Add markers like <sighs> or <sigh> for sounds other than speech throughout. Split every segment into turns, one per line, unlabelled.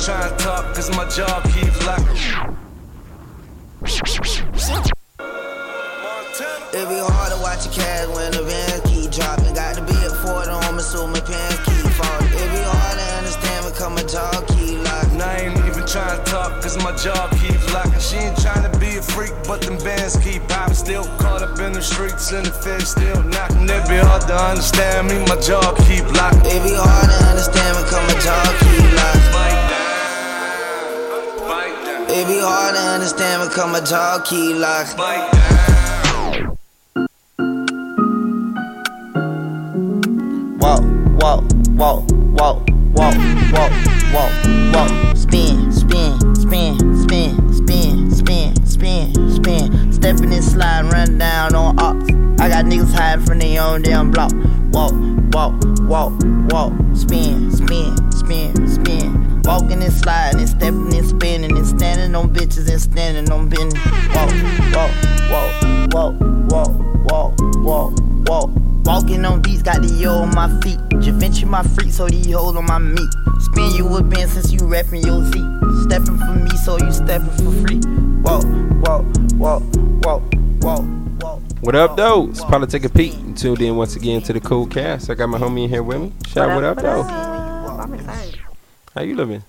try and talk, cause my jaw keeps locking.
It be hard to watch your cash when the vans keep dropping. Got the big Ford on me, so my pants keep falling. It be hard to understand me, 'cause my jaw keep locked.
And I ain't even trying to talk, cause my jaw keeps locking. She ain't trying to be a freak, but them bands keep popping. Still caught up in the streets, and the feds still knocking. It be hard to understand me, my jaw keep locking.
It be hard to understand me, 'cause my jaw keep locked.
Bite down, bite down,
It be hard to understand me, 'cause my jaw keep locked.
bite down.
Walk, walk, walk, walk, walk, walk, walk, walk. Spin, spin, spin, spin, spin, spin, spin, spin. Stepping and slide, run down on ops. I got niggas hiding from their own damn block. Walk, walk, walk, walk. Spin, spin, spin, spin. Walking and sliding and stepping and spinning and standing on bitches and standing on bending. Walk, walk, walk, walk, walk, walk, walk, walk. Walking on beats, got the yo on my feet. Javinci my freak, so the hole on my meat. Spin you a band since you rapping your Z. Stepping for me, so you stepping for free. Walk, walk, walk, walk, walk, walk.
What up, though? It's Politic and Pete. And tuned in once again to the Cool Cast. I got my homie in here with me. Shout what up, though?
I'm excited.
How you living?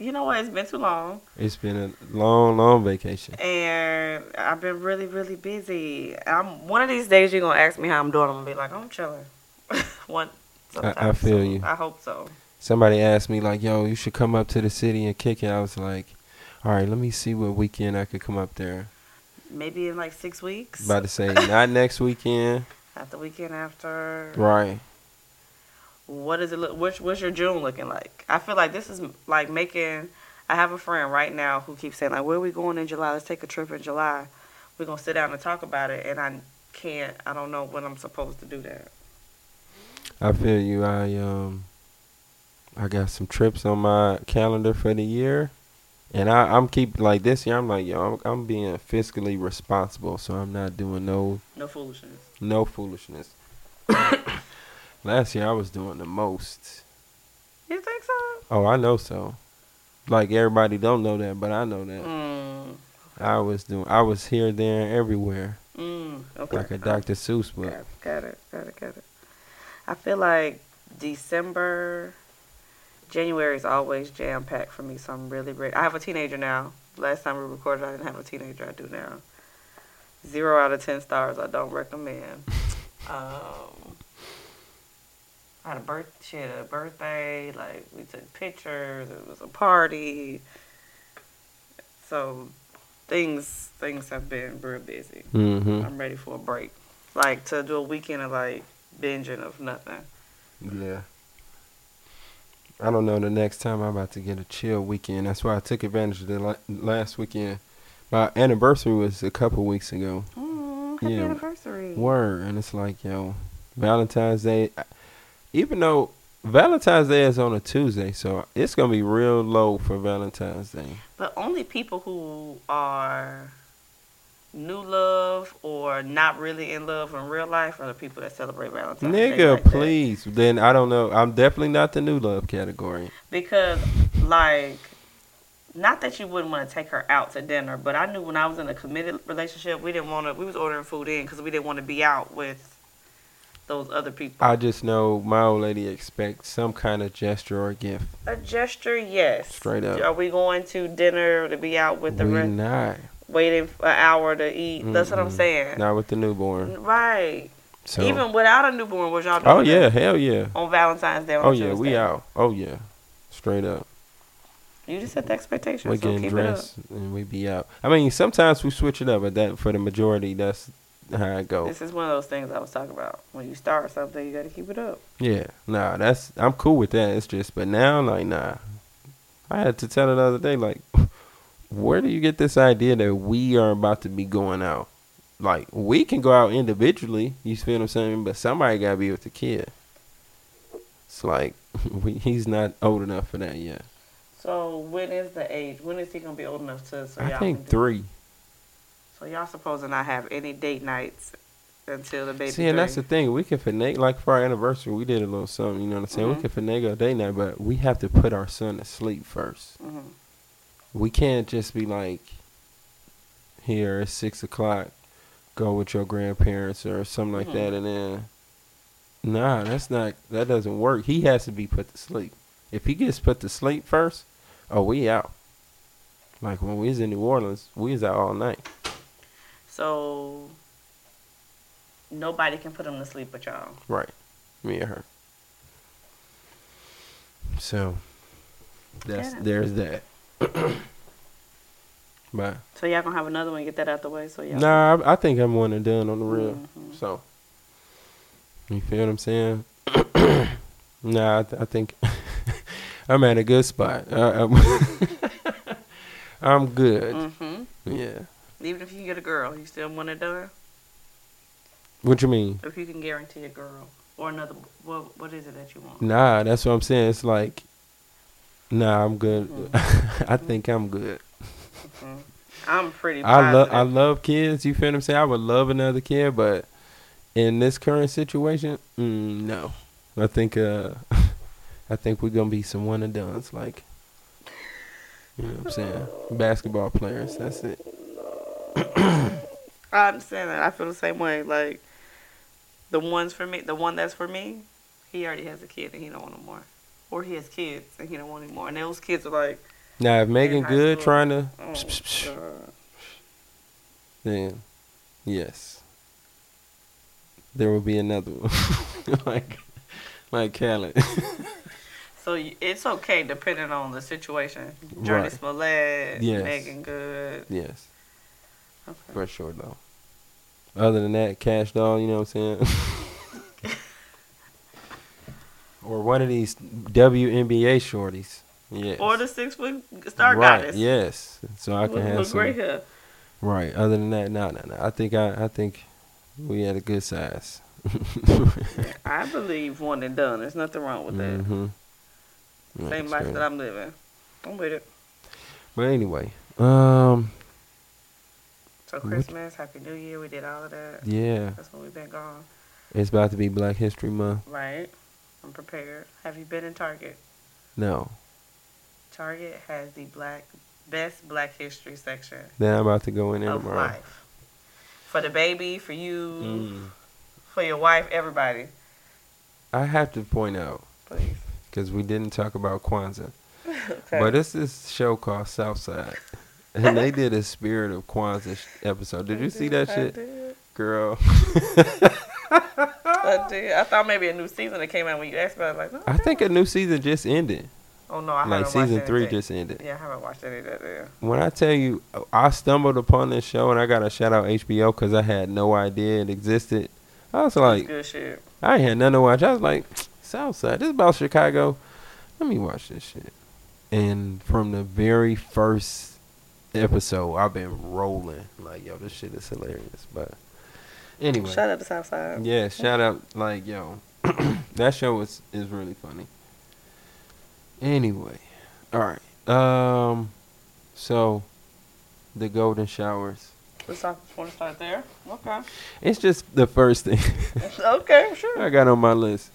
You know what? It's been too long,
It's been a long, long vacation.
and I've been really, really busy. I'm one of these days you're gonna ask me how I'm doing. I'm gonna be like, I'm chilling. <laughs> one. sometime
I feel
soon.
you.
I hope so.
Somebody asked me like, "Yo, you should come up to the city and kick it." I was like, "All right, let me see what weekend I could come up there."
Maybe in like six weeks.
About to say, not next weekend,
at the weekend after.
right?
What does it look? What's, what's your June looking like? I feel like this is like making. I have a friend right now who keeps saying like, "Where we going in July? Let's take a trip in July. We're gonna sit down and talk about it." And I can't. I don't know when I'm supposed to do that.
I feel you. I um, I got some trips on my calendar for the year, and I I'm keep like this year. I'm like, yo, I'm, I'm being fiscally responsible, so I'm not doing no
No foolishness.
no foolishness. <coughs> Last year I was doing the most.
You think so?
Oh, I know so. Like everybody don't know that, but I know that.
Mm.
I was doing. I was here, there, and everywhere,
Mm, okay.
like a Dr. Seuss book.
Got, got it, got it, got it. I feel like December, January is always jam packed for me, so I'm really ready. I have a teenager now. Last time we recorded, I didn't have a teenager. I do now. Zero out of ten stars. I don't recommend. um, I had a birth. She had a birthday. Like we took pictures. It was a party. So things things have been real busy.
Mm-hmm.
I'm ready for a break. Like to do a weekend of like binging of nothing.
Yeah. I don't know. The next time I'm about to get a chill weekend. That's why I took advantage of the la- last weekend. My anniversary was a couple weeks ago.
Mm,
happy
happy
Yeah.
anniversary.
Word, and it's like yo, Valentine's Day. I- Even though Valentine's Day is on a Tuesday, so it's gonna be real low for Valentine's Day.
But only people who are new love or not really in love in real life are the people that celebrate Valentine's Day.
Nigga,
like that.
please. Then I don't know. I'm definitely not the new love category.
Because like not that you wouldn't want to take her out to dinner, but I knew when I was in a committed relationship, we didn't want to. We was ordering food in because we didn't want to be out with those other people.
I just know my old lady expects some kind of gesture or gift.
A gesture, yes.
Straight up.
Are we going to dinner to be out with the
we
rest,
not.
waiting an hour to eat? That's what I'm
Mm-mm.
saying.
Not with the newborn.
Right.
So.
Even without a newborn, was y'all doing
oh yeah,
that
hell yeah.
on Valentine's Day? On
Oh
a
yeah, we
Tuesday?
out. Oh yeah, straight up.
You just set the expectation,
We
so
getting
keep
dressed and we be out. I mean, sometimes we switch it up, but that for the majority, that's how it
it up.
goes.
This is one of those things I was talking about. When you start something, you got to keep it up.
Yeah, nah, that's I'm cool with that. It's just, but now like nah, I had to tell her the other day like, <laughs> where do you get this idea that we are about to be going out? Like we can go out individually. You feel what I'm saying? But somebody gotta be with the kid. It's like <laughs> we, he's not old enough for that yet.
So when is the age? When is he gonna be old enough to? So
I
y'all
think
can do-
three.
So y'all supposed to not have any date nights until the baby.
See, and that's the
three.
thing. We can finagle, like for our anniversary, we did a little something, you know what I'm saying?
Mhm.
We can finagle a day night, but we have to put our son to sleep first.
Mhm.
We can't just be like, here, it's six o'clock, go with your grandparents or something like
Mhm.
that, and then, nah, that's not, that doesn't work. He has to be put to sleep. If he gets put to sleep first, oh, we out. Like when we was in New Orleans, we was out all night.
So nobody can put him to sleep but y'all.
Right. Me and her. So that's
Yeah.
there's <coughs> that. but
So y'all gonna have another one. Get that out the way. So y'all.
nah, I, I think I'm one and done on the real.
Mhm.
So you feel what I'm saying? <coughs> nah, I, th- I think <laughs> I'm at a good spot. I, I'm, <laughs> I'm good.
Mhm.
Yeah.
Even if you get a girl, you still want it done.
What you mean?
If you can guarantee a girl or another, what what is it that you want?
Nah, that's what I'm saying. It's like, nah, I'm good. <laughs> I think I'm good.
Mhm. I'm pretty.
I love
Positive.
I love kids. You feel what I'm saying? I would love another kid, but in this current situation, mm, no. I think uh, <laughs> I think we're gonna be some one and duns, like you know what I'm saying? Basketball players. That's it.
I understand that. I feel the same way. Like the ones for me, the one that's for me, he already has a kid and he don't want no more, or he has kids and he don't want any more. And those kids are like,
Now if Megan
high
Good
school.
trying to,
oh, God.
then yes, there will be another one, <laughs> like like <laughs> Khaled.
so you- it's okay depending on the situation. Journey
Right.
Smollett,
Yes.
Megan Good.
yes.
Okay.
For sure, though. Other than that, Cash Doll, you know what I'm saying? <laughs> or one of these WNBA shorties. Yes.
Or the six foot star
right,
goddess.
Yes. So I can
With,
have
with
some.
gray hair.
Right. Other than that, no, no, no. I think I, I think we had a good
<laughs>
size.
I believe one and done. There's nothing wrong with that.
mm-hmm.
Same life that I'm living. I'm with it.
But anyway, um,
So
What-
Christmas, Happy New Year, we did all of that.
Mm-hmm. yeah,
That's when we've been gone.
it's about to be Black History Month.
Right. I'm prepared. Have you been in Target?
No,
Target has the black best black history section
then I'm about to go in there
of
tomorrow.
life. For the baby, for you,
Mm.
for your wife, everybody.
I have to point out
Please.
because we didn't talk about Kwanzaa.
Okay.
But it's this show called Southside, and
<laughs>
they did a Spirit of Kwanzaa sh- episode. Did you see that
I
shit,
Did. <laughs>
girl? <laughs>
I did. I thought maybe a new season that came out when you asked about it. Like, no,
I
that
think a new season just ended.
Oh no, I haven't
Like
watched
season three
anything.
just ended.
Yeah, I haven't watched any of that. Yeah.
When I tell you, I stumbled upon this show and I got to shout out HBO because I had no idea it existed. I was
It's
like,
good shit.
I ain't had nothing to watch. I was like, Southside, this is about Chicago. Let me watch this shit. And from the very first episode, I've been rolling. Like, yo, this shit is hilarious. But anyway,
Shout out to Southside.
yeah, shout out. Like, yo, <clears throat> that show is is really funny. Anyway, all right. Um, so the golden showers.
Let's talk. Want to start there? Okay.
It's just the first thing.
<laughs>
<laughs>
okay, sure.
I got on my list.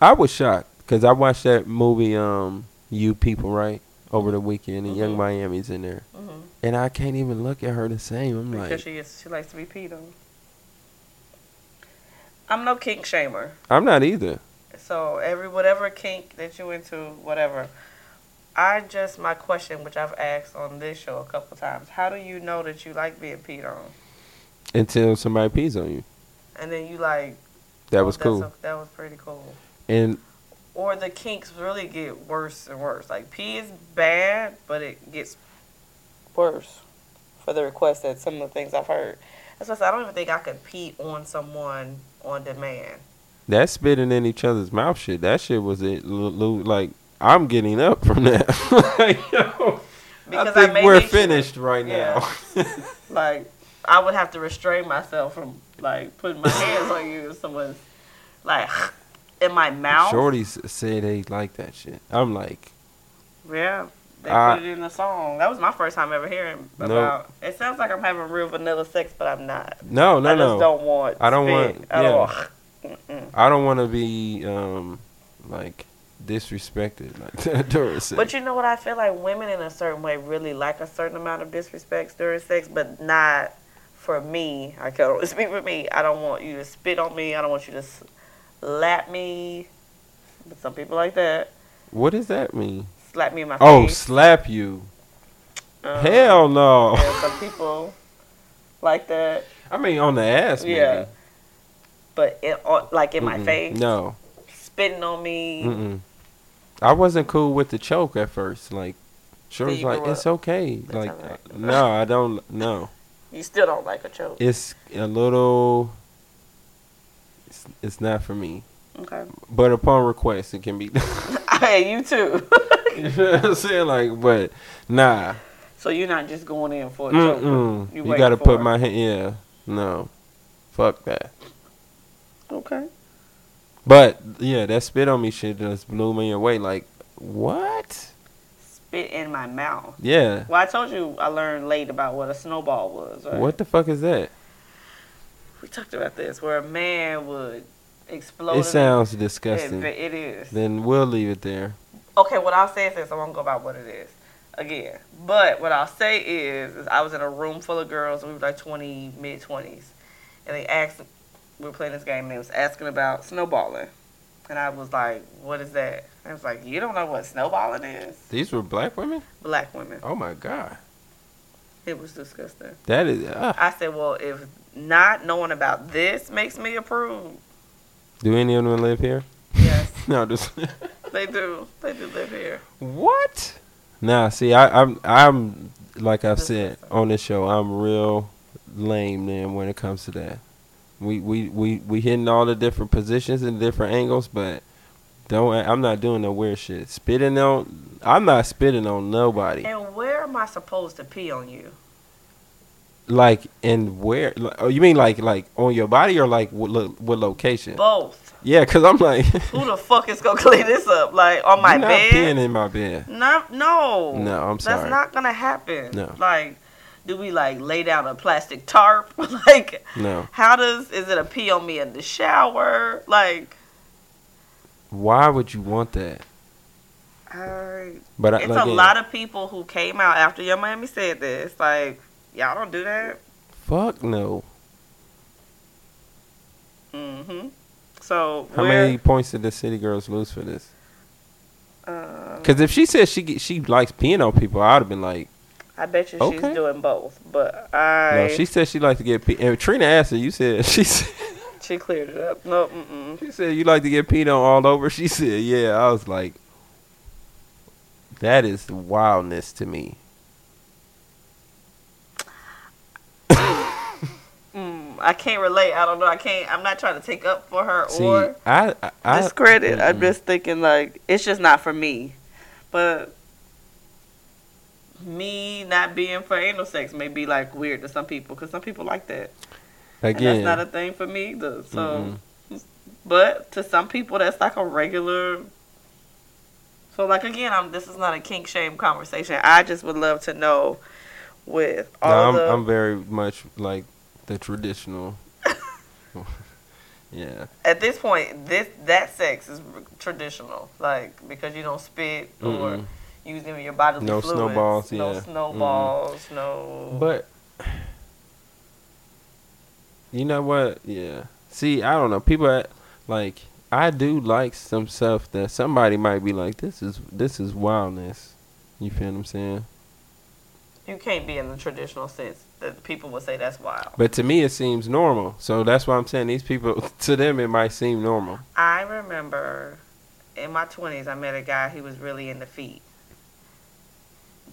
I was shocked because I watched that movie, um, You People, right, over the weekend, and Young
Mhm.
Miami's in there,
hmm
and I can't even look at her the same. I'm
Because
like,
she is, she likes to be peed on. I'm no kink shamer,
I'm not either.
so every whatever kink that you into, whatever. I just my question, which I've asked on this show a couple times. How do you know that you like being peed on?
Until somebody pees on you,
And then you like
that
"Oh,
was
that's
cool.
a- that was pretty cool.
and
or the kinks really get worse and worse. Like pee is bad, but it gets worse for the request that some of the things I've heard. That's why I, said, I don't even think I could pee on someone on demand.
that spitting in each other's mouth shit, that shit was it. Lu- Lu- Like, I'm getting up from that. <laughs> like, yo, I
Because I
think
may
we're
be sure.
finished right
Yeah.
now.
Like I would have to restrain myself from like putting my hands on you if someone's like <laughs> in my
<laughs>
mouth.
Shorty s- said they like that shit. I'm like,
Yeah. They
I-
put it in the song. That was my first time ever hearing
No.
about. It sounds like I'm having real vanilla sex, but I'm not.
No, no,
I just
no.
don't want.
I don't
spit.
want-
I don't
yeah.
want- Mm-mm.
I don't want to be um like disrespected like <laughs> that during sex.
But you know what? I feel like women in a certain way really like a certain amount of disrespect during sex, but not for me. I can only <laughs> speak for me. I don't want you to spit on me. I don't want you to slap me. But some people like that.
what does that mean?
Slap me in my
Oh,
face.
slap you.
Um,
Hell no.
yeah, some people like that.
<laughs> I mean on the ass maybe.
Yeah. But it, on- like in my
Mm-mm.
face,
No. Mm.
spitting on me.
Mm-mm. I wasn't cool with the choke at first. Like she
Then
was
you
like,
grew
"It's
up.
okay."
That's
like
all right.
uh, no, I don't no.
You still don't like a choke.
It's a little it's, it's not for me.
Okay. <laughs>
But upon request it can be <laughs>
Hey, you too. <laughs>
You know what I'm saying? Like, but nah.
so you're not just going in for a choke.
Mm-mm.
You
You,
waiting
gotta
for
put
it.
my hand. Yeah, no, fuck that.
Okay.
But yeah, that spit on me shit just blew me away. Like, what?
Spit in my mouth.
Yeah.
Well, I told you I learned late about what a snowball was. Right?
What the fuck is that?
We talked about this, where a man would explode. in
it
a-
sounds
It,
disgusting.
it is.
then we'll leave it there.
okay, what I'll say is this. I won't go about what it is again. But what I'll say is, is I was in a room full of girls. We were like 20, mid 20s. And they asked, we were playing this game, and they was asking about snowballing. And I was like, what is that? And I was like, you don't know what snowballing is?
These were black women.
Black women.
Oh my god,
It was disgusting.
that is. ah.
I said, well, if not knowing about this makes me approve,
Do any of them live here? <laughs>
yes,
No, just
<laughs> they do. They do live here.
what? Nah, see, I, I'm, I'm like I've said on this show, I'm real lame then when it comes to that. We, we, we, we hitting all the different positions and different angles, but don't. I'm not doing no weird shit. Spitting on, I'm not spitting on nobody.
And where am I supposed to pee on you?
Like and where? Like, oh, you mean like like on your body or like what, lo- what location?
Both.
Yeah, cause I'm like,
Who the fuck is gonna <laughs> clean this up? Like <laughs>
<laughs>
on my
you're not
bed?
peeing in my bed.
No, no.
No, I'm
That's
sorry.
not gonna happen.
No.
Like, do we like lay down a plastic tarp? <laughs> like,
No.
how does is it a pee on me in the shower? Like,
Why would you want that?
I
But I,
it's
like,
a lot of people who came out after Young Miami said this. Like, y'all don't do that.
fuck no.
Mm-hmm. So
How
where,
many points did the city girls lose for this?
Uh,
Because if she said she get- she likes peeing on people, I'd have been like,
I bet you she's
Okay.
doing both, but
no.
I
She said she liked to get peed. And Trina asked her, you said <laughs> she said,
she cleared it up. No, mm-mm.
she said you like to get peed on all over. She said, yeah. I was like, that is wildness to me.
Mm, I can't relate. I don't know. I can't. I'm not trying to take up for her
See,
or
I I, I
discredit. I'm
mm-mm.
just thinking like it's just not for me. But me not being for anal sex may be like weird to some people because some people like that.
again.
And that's not a thing for me either. So,
Mm-mm.
but to some people, that's like a regular. So, like again, I'm. This is not a kink shame conversation. I just would love to know with
No,
all
I'm
the.
I'm very much like the
<laughs>
traditional. <laughs> yeah.
at this point, this that sex is r- traditional, like because you don't spit or
Mm-mm.
use any of your bodily
No
fluids,
snowballs,
no
yeah. Mm-mm.
snowballs, no.
But you know what? Yeah. See, I don't know. People are- like I do like some stuff that somebody might be like, "This is this is wildness." You feel what I'm saying?
you can't be in the traditional sense that people would say that's wild.
But to me, it seems normal. So that's why I'm saying these people. <laughs> To them, it might seem normal.
I remember in my twenties, I met a guy. He was really into feet.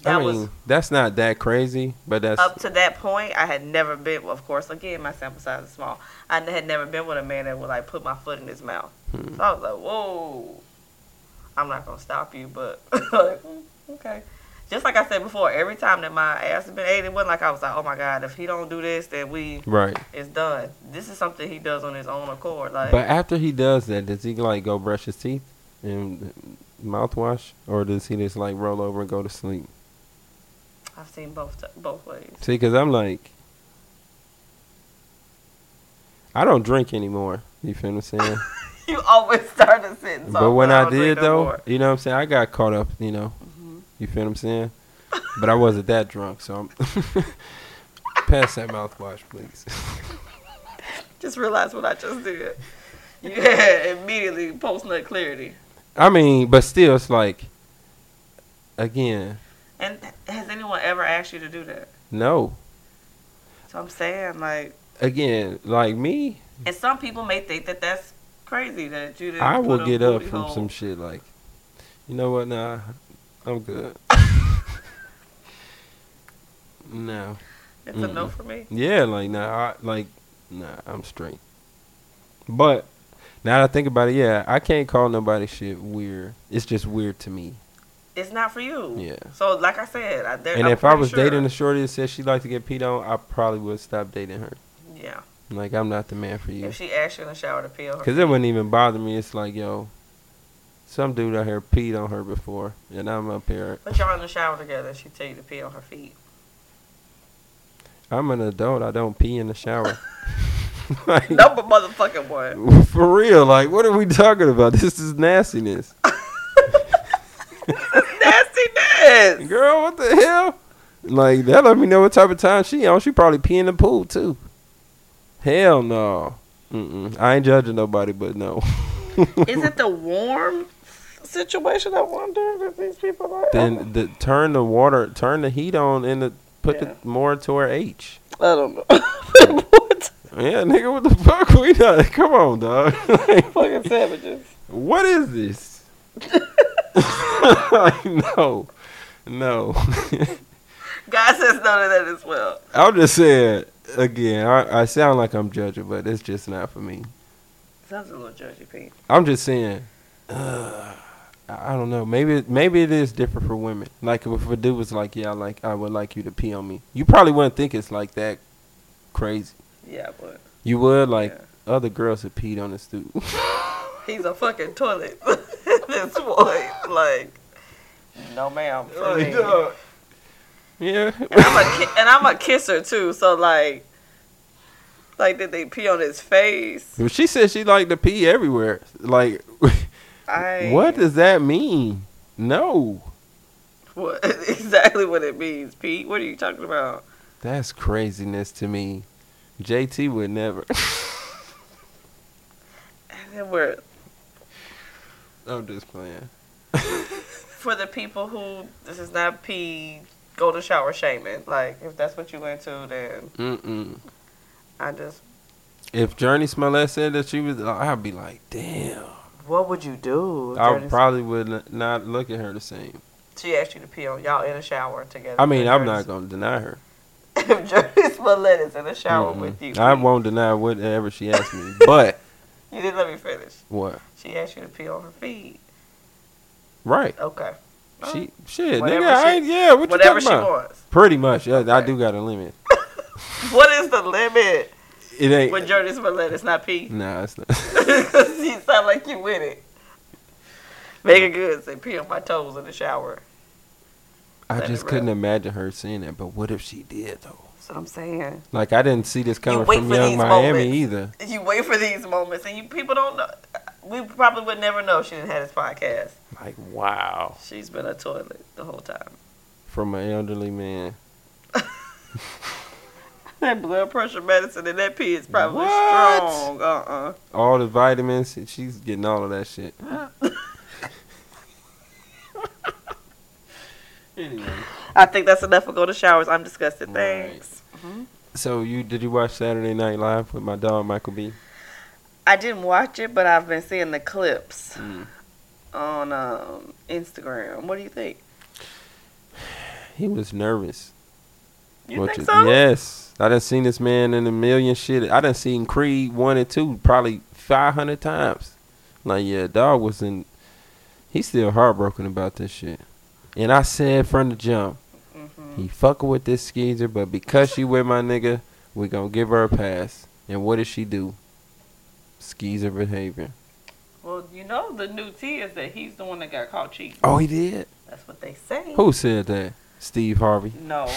That
I mean,
was
that's not that crazy, but that's
up to that point. I had never been. Well, of course, again, my sample size is small. I had never been with a man that would like put my foot in his mouth.
Hmm.
So I was like, "Whoa, I'm not gonna stop you," but <laughs> like, mm, okay. Just like I said before, every time that my ass has been ate, it wasn't like I was like, "Oh my god, if he don't do this, then we
right.
it's done." This is something he does on his own accord. Like,
But after he does that, does he like go brush his teeth? and mouthwash, or does he just like roll over and go to sleep?
I've seen both t- both ways.
See, because I'm like, I don't drink anymore. You feel what I'm
<laughs>
saying?
You always start a sentence.
but
off,
when I
don't
did
drink no
though,
more. Mm-hmm.
you know what I'm saying? I got caught up. You know, you feel what I'm saying? But I wasn't that drunk, so I'm <laughs> pass that mouthwash, please. <laughs>
just realize what I just did. Yeah, <laughs> immediately post nut clarity.
I mean, but still, it's like, again,
And has anyone ever asked you to do that?
no,
So I'm saying like,
again, like me,
and some people may think that that's crazy that you didn't.
I
put
will
a
get up
booty
from
hole.
some shit like, you know what? Nah, I'm good. <laughs> no,
It's a no for me.
yeah, like nah, I, like nah, I'm straight. But now that I think about it, yeah, I can't call nobody shit weird. It's just weird to me.
It's not for you.
Yeah.
So like I said, I, there,
and
I'm
if I
pretty
was
sure-
dating a shorty that said she liked to get peed on, I probably would stop dating her.
yeah,
Like I'm not the man for you.
if she asked you in the shower to peel her,
Cause it wouldn't even bother me. It's like, yo, some dude out here peed on her before, and I'm up here.
put y'all in the shower together, and she tell you to pee on
<laughs>
her feet.
I'm an adult. I don't pee in the shower. Like,
No, but
<laughs>
motherfucking what?
For real, like, what are we talking about? <laughs> This is nastiness,
Nastiness.
girl. What the hell? Like that? Let me know what type of time she on. She probably pee in the pool too. Hell no. Mm-mm. I ain't judging nobody, but no. <laughs>
Is it the warm situation I wonder that these people are? in?
then the, turn the water, turn the heat on, and the, put
Yeah.
the more toward H.
I don't know. <laughs> what
Yeah, nigga, what the fuck <laughs> we done? Come on, dog. <laughs> Like,
fucking savages?
what is this? <laughs> like, no, no. <laughs>
God says no to that as well.
I'm just saying again. I, I sound like I'm judging, but it's just not for me.
Sounds a little judgy, Pete.
I'm just saying. Uh, I I don't know. Maybe maybe it is different for women. Like if a dude was like, "Yeah, I like I would like you to pee on me," you probably wouldn't think it's like that crazy.
Yeah, but
You would like
Yeah.
other girls that peed on this <laughs> dude.
he's a fucking toilet <laughs> at this point. Like, no, ma'am. For me.
yeah,
And I'm a ki- and I'm a kisser too. So like, like did they pee on his face?
Well, she said she liked to pee everywhere. Like, <laughs>
I
what does that mean? No,
<laughs> what <laughs> exactly what it means, Pete? What are you talking about?
that's craziness to me. JT would never. <laughs>
And then we're
I'm just playing.
for the people who this is not pee go to shower shaming. Like if that's what you into, then
Mm-mm.
I just
If Journey Smollett said that she was, I'd be like, damn.
what would you do?
I
Jordan?
probably would n- not look at her the same.
She asked you to pee on y'all in a shower together.
I mean,
If
I'm
Jordan-
not gonna deny her.
<laughs> If Jordan Smollett is in a shower
Mm-mm.
with you,
I
Pete,
won't deny whatever she asked me. <laughs> but
You didn't let me finish.
what?
She asked you to pee on her feet.
Right?
Okay.
She shit,
Whatever
nigga. I
she-
ain't, yeah, what you talking
Whatever she
about?
wants.
Pretty much. Yeah, I
Okay.
do got a limit.
What is the limit
It Mm. ain't.
when Jordan Smollett is not <laughs> pee?
Nah, it's not. <laughs>
Because you sound like you with it. Make it good. Say pee on my toes in the shower.
I
Let it
just
rip.
couldn't imagine her seeing that. But what if she did though?
That's what I'm saying.
Like I didn't see this coming
wait
from
for
Young
these
Miami
moments.
either.
You wait for these moments, and you people don't know. We probably would never know if she didn't have this podcast.
Like wow,
She's been a toilet the whole time. <laughs>
from an elderly man.
That blood pressure medicine and that pee is probably
What?
strong. Uh
All the vitamins, and she's getting all of that
<laughs>
shit. anyway,
uh I think that's enough for go to showers. I'm disgusted.
Right.
Thanks.
so you did you watch Saturday Night Live with my dog Michael B?
I didn't watch it, but I've been seeing the clips
Mm.
on um, Instagram. What do you think?
He was nervous.
You
Which
think
is-
so?
Yes, I done seen this man in a million shit. I done seen Creed one and two probably five hundred times. Like yeah, dog was in. He's still heartbroken about this shit. And I said from the jump,
Mm-hmm.
he fucking with this skeezer, but because she with my nigga, we gonna give her a pass. And what did she do? Skeezer behavior.
Well, you know the new tea is that he's the one that got caught cheating.
Oh, he did.
That's what they say.
Who said that? Steve Harvey.
No.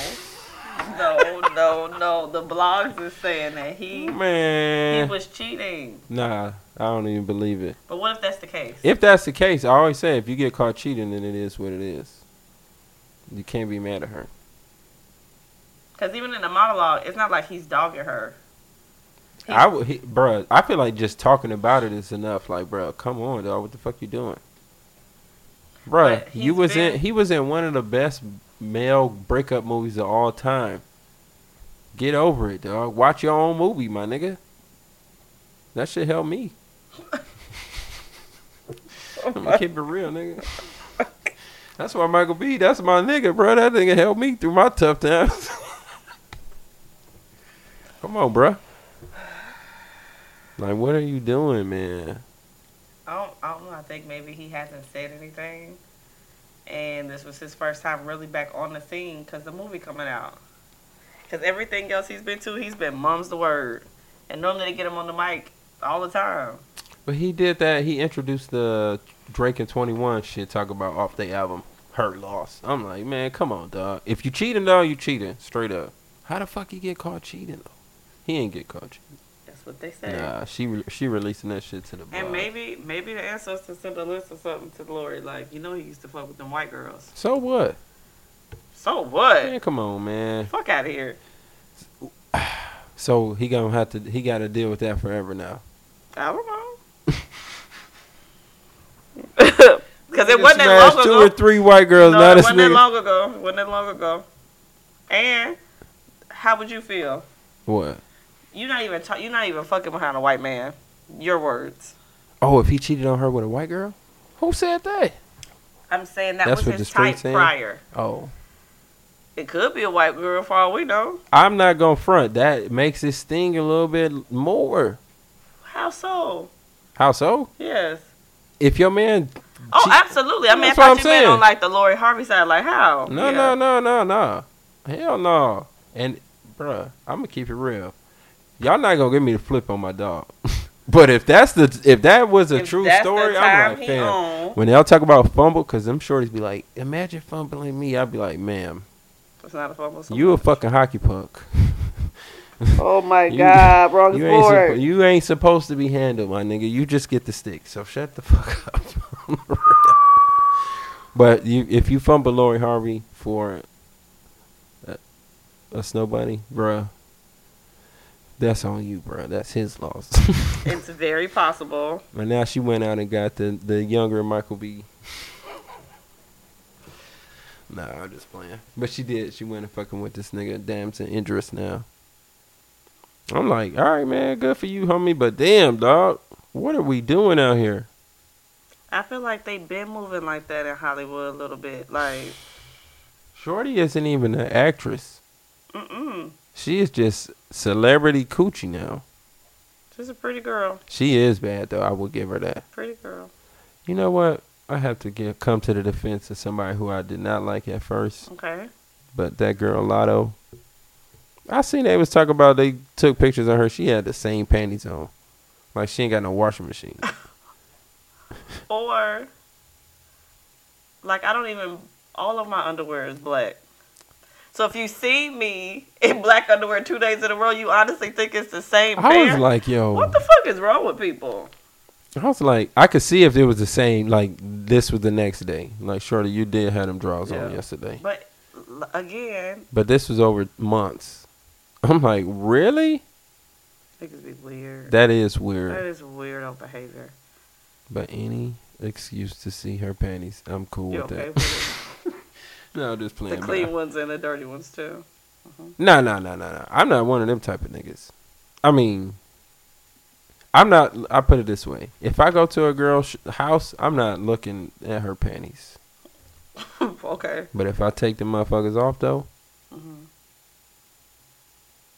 No, no, no. The blogs is saying that he he
Man,
was cheating.
nah, I don't even believe it.
But what if that's the case?
If that's the case, I always say if you get caught cheating, then it is what it is. You can't be mad at her.
Because even in the monologue, it's not like he's dogging her.
I would, he, bruh, I feel like just talking about it is enough. Like, bruh, come on, dog. What the fuck you doing, bruh?
But he's
You was
been-
in. He was in one of the best male breakup movies of all time. Get over it, dog. Watch your own movie, my nigga. That shit helped
<laughs>
me. I'm gonna keep it real, nigga. That's why Michael B. That's my nigga, bro. That nigga helped me through my tough times. <laughs> Come on, bruh. Like, what are you doing, man?
I don't, I don't know. I think maybe he hasn't said anything. And this was his first time really back on the scene because the movie coming out. Because everything else he's been to, he's been mum's the word. And normally they get him on the mic all the time.
But he did that. He introduced the Drake and Twenty One shit. Talk about off their album, Hurt Loss. I'm like, man, come on, dog. If you cheating, dog, you cheating straight up. How the fuck he get caught cheating though? He ain't get caught cheating.
That's what they say.
Nah, she re- she releasing that shit to the.
And
blogs.
maybe maybe the ancestors sent a list or something to Lori. Like, you know he used to fuck with them white girls.
So what?
So what?
Man, come on, man.
Fuck out of here.
So he gonna have to. He got to deal with that forever now.
I
<laughs>
don't know. Because it wasn't that
Smashed
long
two
ago.
or three white girls.
No,
not
it
this
wasn't that
nigga.
long ago. It wasn't that long ago. And how would you feel?
What?
You're not even ta- you're not even fucking behind a white man. Your words.
Oh, if he cheated on her with a white girl, who said that?
I'm saying that
That's what
was
the
his
street
type
saying?
prior.
Oh.
It could be a white girl for all we know.
I'm not gonna front. That makes it sting a little bit more.
How so?
How so?
Yes.
If your man,
Oh,
She-
absolutely. I mean, I
That's
thought
what
you
I'm
meant on
saying.
like the Lori Harvey side. Like how?
no, no,
Yeah.
no, no, no, hell no. And bruh, I'm gonna keep it real. Y'all not gonna get me to flip on my dog. <laughs> but if that's the if that was a
If
true
that's the
story,
time
I'm like,
he
fam.
on.
When y'all talk about fumble, cause them shorties be like, imagine fumbling me. I'd be like, ma'am,
It's not a fumble.
you a fucking hockey puck. <laughs>
Oh my
You-
God! Wrong
You ain't, suppo- you ain't supposed to be handled, my nigga. You just get the stick. So shut the <laughs> fuck up. but you, if you fumble Lori Harvey for a, a snow bunny, bruh, that's on you, bruh. That's his loss. <laughs>
It's very possible.
but now she went out and got the, the younger Michael B. nah, I'm just playing. But she did. She went and fucking with this nigga Damson Idris now. I'm like, all right, man, good for you, homie. But damn, dog, what are we doing out here?
I feel like they've been moving like that in Hollywood a little bit. Like,
Shorty isn't even an actress.
mm-mm.
She is just celebrity coochie now.
She's a pretty girl.
She is bad though. I will give her that.
Pretty girl.
You know what? I have to give come to the defense of somebody who I did not like at first.
Okay.
But that girl Lotto, I seen they was talking about they took pictures of her. She had the same panties on, like she ain't got no washing
<laughs>
machine.
Or, like, I don't even. All of my underwear is black. So if you see me in black underwear two days in a row, you honestly think it's the same
I was
pair?
like, yo,
what the fuck is wrong with people?
I was like, I could see if it was the same. Like this was the next day. Like, shorty, you did have them drawers on
Yeah.
yesterday,
But l- again,
but this was over months. I'm like, really?
niggas be weird.
That is
that
weird.
is weirdo behavior.
But any excuse to see her panties, I'm cool
You
with
okay
that.
with
<laughs> No, I'm just <laughs>
it? The
playing.
clean
bro.
ones and the dirty ones too. <laughs>
No, no, no, no, no. I'm not one of them type of niggas. I mean, I'm not. I put it this way: if I go to a girl's sh- house, I'm not looking at her panties.
okay.
But if I take the motherfuckers off, though,
hmm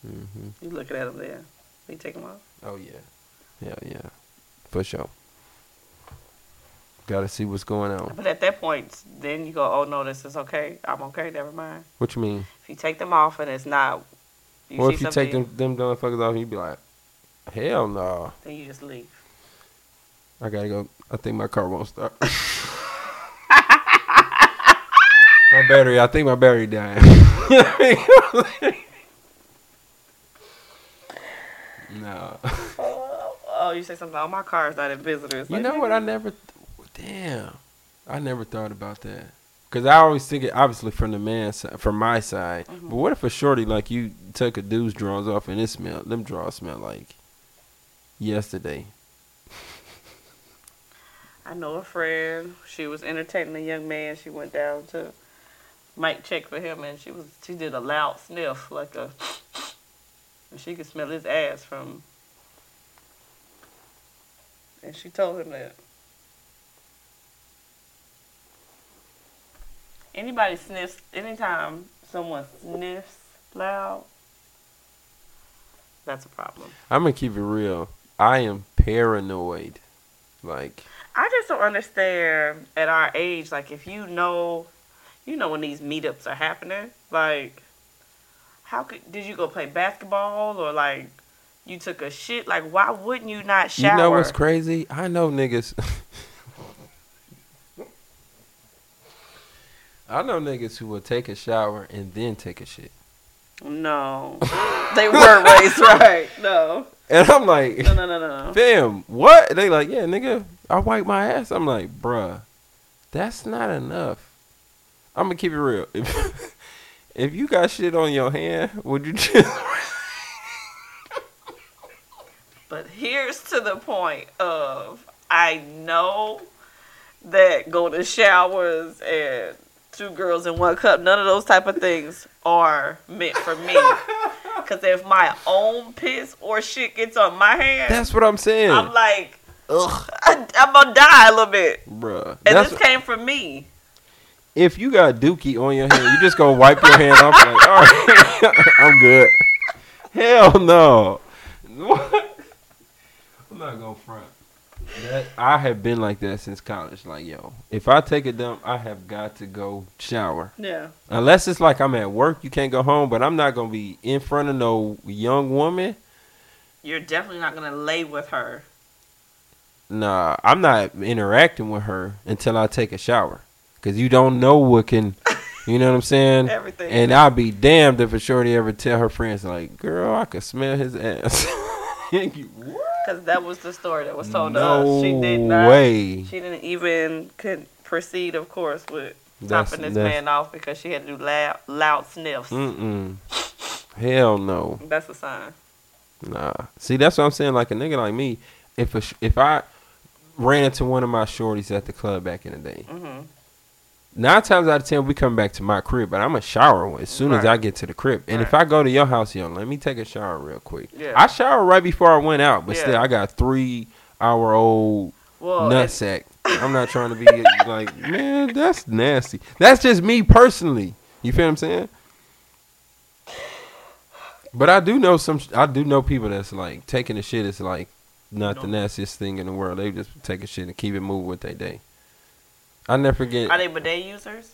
hmm
You looking at them there. You take them off.
oh yeah, hell yeah, for sure. Got to see what's going on.
But at that point, then you go, oh no, this is okay. I'm okay. Never mind.
What you mean?
If you take them off and it's not, you
or
see
if you
something,
take them them motherfuckers off, you be like, hell no.
then you just leave.
I gotta go. I think my car won't start. <laughs> my battery. I think my battery <laughs> dying. no.
Oh, you say something. Oh, my car's not in visitors.
You know what? I never. Th- damn. I never thought about that. Cause I always think it obviously from the man's side, from my side. But what if a shorty like you took a dude's drawers off and it smell them drawers smell like yesterday?
I know a friend. She was entertaining a young man. She went down to Mike check for him, and she was she did a loud sniff, like a, and she could smell his ass from. And she told him that. Anybody sniffs anytime someone sniffs loud. That's a problem.
I'm gonna keep it real. I am paranoid. Like
I just don't understand at our age, like if you know, you know when these meetups are happening, like how could did you go play basketball or like you took a shit? Like why wouldn't you not shower?
You know what's crazy? I know niggas. <laughs> I know niggas who will take a shower and then take a shit,
No, <laughs> they were <laughs> raised right. No,
and I'm like, <laughs>
no, no, no, no. no.
fam, what? They like, yeah, nigga, I wipe my ass. I'm like, bruh, that's not enough. I'm gonna keep it real. If, <laughs> if you got shit on your hand, would you <laughs> just?
But here's to the point of I know that go to showers and two girls in one cup, none of those type of things are meant for
<laughs>
me. Cause if my own piss or shit gets on my hand,
That's what I'm saying,
I'm like, ugh, I, am gonna die a little bit.
bruh.
And
That's
this came from me.
if you got dookie on your hand, you just gonna wipe your hand off. Like, all right, <laughs> I'm good. Hell no. What? I'm not gonna front. That I have been like that since college. Like, yo, if I take a dump, I have got to go shower.
Yeah.
Unless it's like I'm at work, you can't go home. But I'm not gonna be in front of no young woman.
You're definitely not gonna lay with her.
Nah, I'm not interacting with her until I take a shower. Cause you don't know what can, you know what I'm saying?
<laughs> Everything.
And I'll be damned if a shorty ever tell her friends like, "Girl, I can smell his ass." <laughs>
<laughs>
You- what?
Cause that was the story that was told to
No
us. She did not.
way.
She didn't even could proceed, of course, with
That's-
topping this
that's- Mm.
man off because she had to do loud, loud sniffs.
Mm-mm. Hell no.
That's a sign.
Nah. See, that's what I'm saying. Like a nigga like me, if a sh- if I ran into one of my shorties at the club back in the day,
hmm
nine times out of ten we come back to my crib, but I'm going to shower as soon as
Right.
I get to the crib. And if
Right.
I go to your house, yo, let me take a shower real quick.
Yeah.
I showered right before I went out, but still
Yeah.
I got three hour old
Well, it's-
nutsack. I'm not trying to be like, man, that's nasty. That's just me personally. You feel what I'm saying? But I do know some. I do know people that's like taking a shit is like not the nastiest thing in the world. They just take a shit and keep it moving with their day. I never forget.
are they bidet users?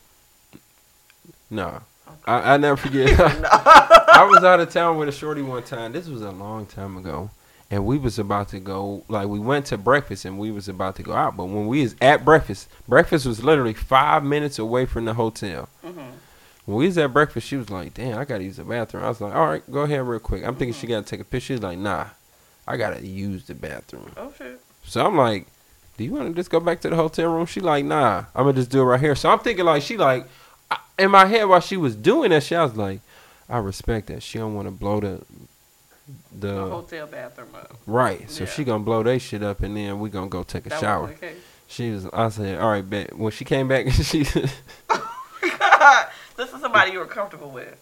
No. I, I never forget. <laughs> I was out of town with a shorty one time. This was a long time ago. And we was about to go, like we went to breakfast and we was about to go out. But when we was at breakfast, breakfast was literally five minutes away from the hotel. When we was at breakfast, she was like, damn, I got to use the bathroom. I was like, all right, go ahead real quick. I'm thinking she got to take a picture. She's like, nah, I got to use the bathroom.
Oh shit.
So I'm like, do you want to just go back to the hotel room? She like, nah, I'm gonna just do it right here. So I'm thinking like, she like, I, in my head while she was doing that, she I was like, I respect that. She don't want to blow the the
the hotel bathroom up.
right. So
yeah.
she gonna blow that shit up, and then we gonna go take a
That
shower.
was the case. <laughs>
She was, I said, all right, bet. When she came back, <laughs> she,
This is somebody you were comfortable with.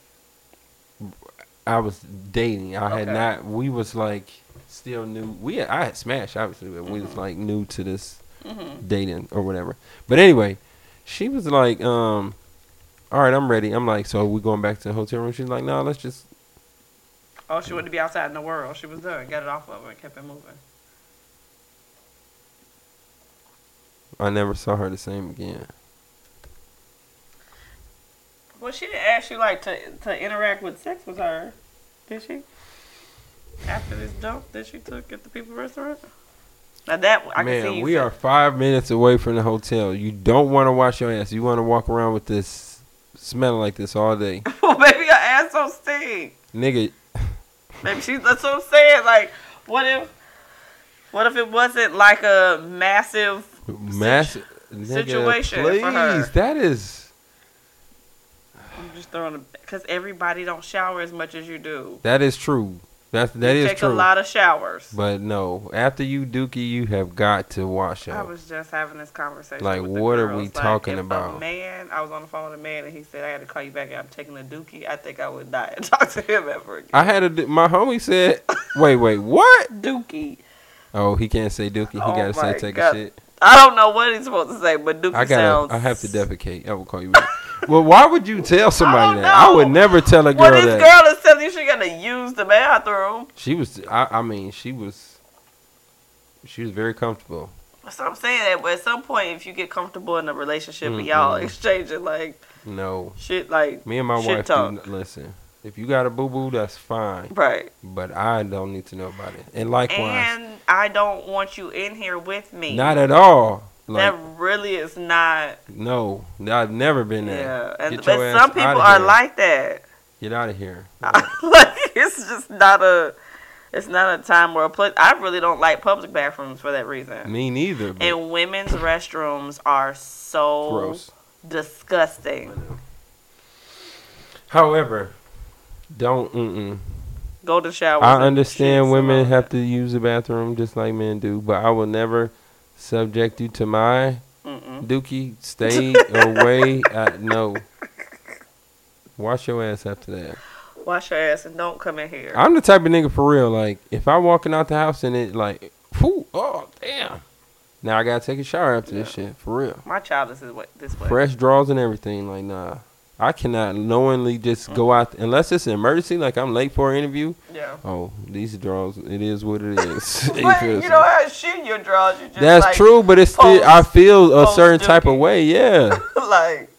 I was dating. I had
Okay.
not. We was like still new. We had, I had smashed obviously, but we was like new to this
Mm-hmm.
dating or whatever. But anyway, she was like, um, all right, I'm ready. I'm like, so we going back to the hotel room? She's like, no, let's just.
Oh, she wanted to be outside in the world. She was done. Got it off of her and kept it moving.
I never saw her the same again.
Well, she didn't ask you like to to interact with sex with her, did she? After this dump that she took at the people restaurant. Now that I can see.
Man,
you
we
fit-
are five minutes away from the hotel. You don't want to wash your ass. You want to walk around with this smelling like this all
<laughs>
day,
Maybe her ass don't stink.
nigga.
Maybe she. That's what I'm saying. Like, what if? What if it wasn't like a massive?
Mass nigga,
situation for
please.
her.
That is
I'm just throwing a because everybody don't shower as much as you do.
that is true. That's that
you
is
take
true.
a lot of showers.
But no, after you dookie, you have got to wash
I
up.
was just having this conversation.
Like,
with the
what are
girls.
we
Like,
talking
if A
about?
man, I was on the phone with a man, and he said I had to call you back. I'm taking a dookie. I think I would die and <laughs> talk to him ever again.
I had a d- my homie
<laughs>
said, "Wait, wait, what?"
Dookie.
Oh, he can't say dookie. He
Oh
gotta
my
say take
God.
a shit.
I don't know what he's supposed to say, but dookie
I
sounds.
gotta. I have to defecate. I will call you back. well, why would you
<laughs>
tell somebody
don't
that? I would
know.
never tell a
Well,
girl
this
that.
girl is telling you she gotta use the bathroom.
She was. I, I mean, she was. She was very comfortable.
That's what I'm saying. That, but at some point, if you get comfortable in a relationship and
Mm-mm.
y'all exchanging like
No,
shit, like
me and my
Shit
wife. Do,
talk.
n- listen, if you got a boo boo, that's fine.
right.
But I don't need to know about it. And likewise,
And I don't want you in here with me.
not at all. Like
that really is not.
no, I've never been there.
Yeah, and
Get your
but
ass
some
outta
people are
here.
like that. <laughs>
Get out of here.
like it's just not a, it's not a time or a place. I really don't like public bathrooms for that reason.
Me neither. But
And women's restrooms are so
gross.
disgusting.
However, don't. Mm-mm.
Golden shower.
I understand women have to use the bathroom just like men do, but I will never subject you to my
Mm-mm. <laughs>
Dookie, stay away. I, no. Wash your ass after that.
Wash your ass and don't come in here.
I'm the type of nigga for real. Like, if I'm walking out the house and it, like, whew, oh, damn. Now I gotta take a shower after this shit, for real.
My child is this way. This way.
Fresh draws and everything. Like, nah. I cannot knowingly just go out, unless it's an emergency, like I'm late for an interview.
Yeah.
Oh, these draws, it is what it
<laughs>
is. <laughs> You
But
feel
you
me?
know how shit your drawers. You just
That's
like,
true, but it's still, I
post-
feel a
post
certain type of
dookie.
way, yeah.
<laughs> like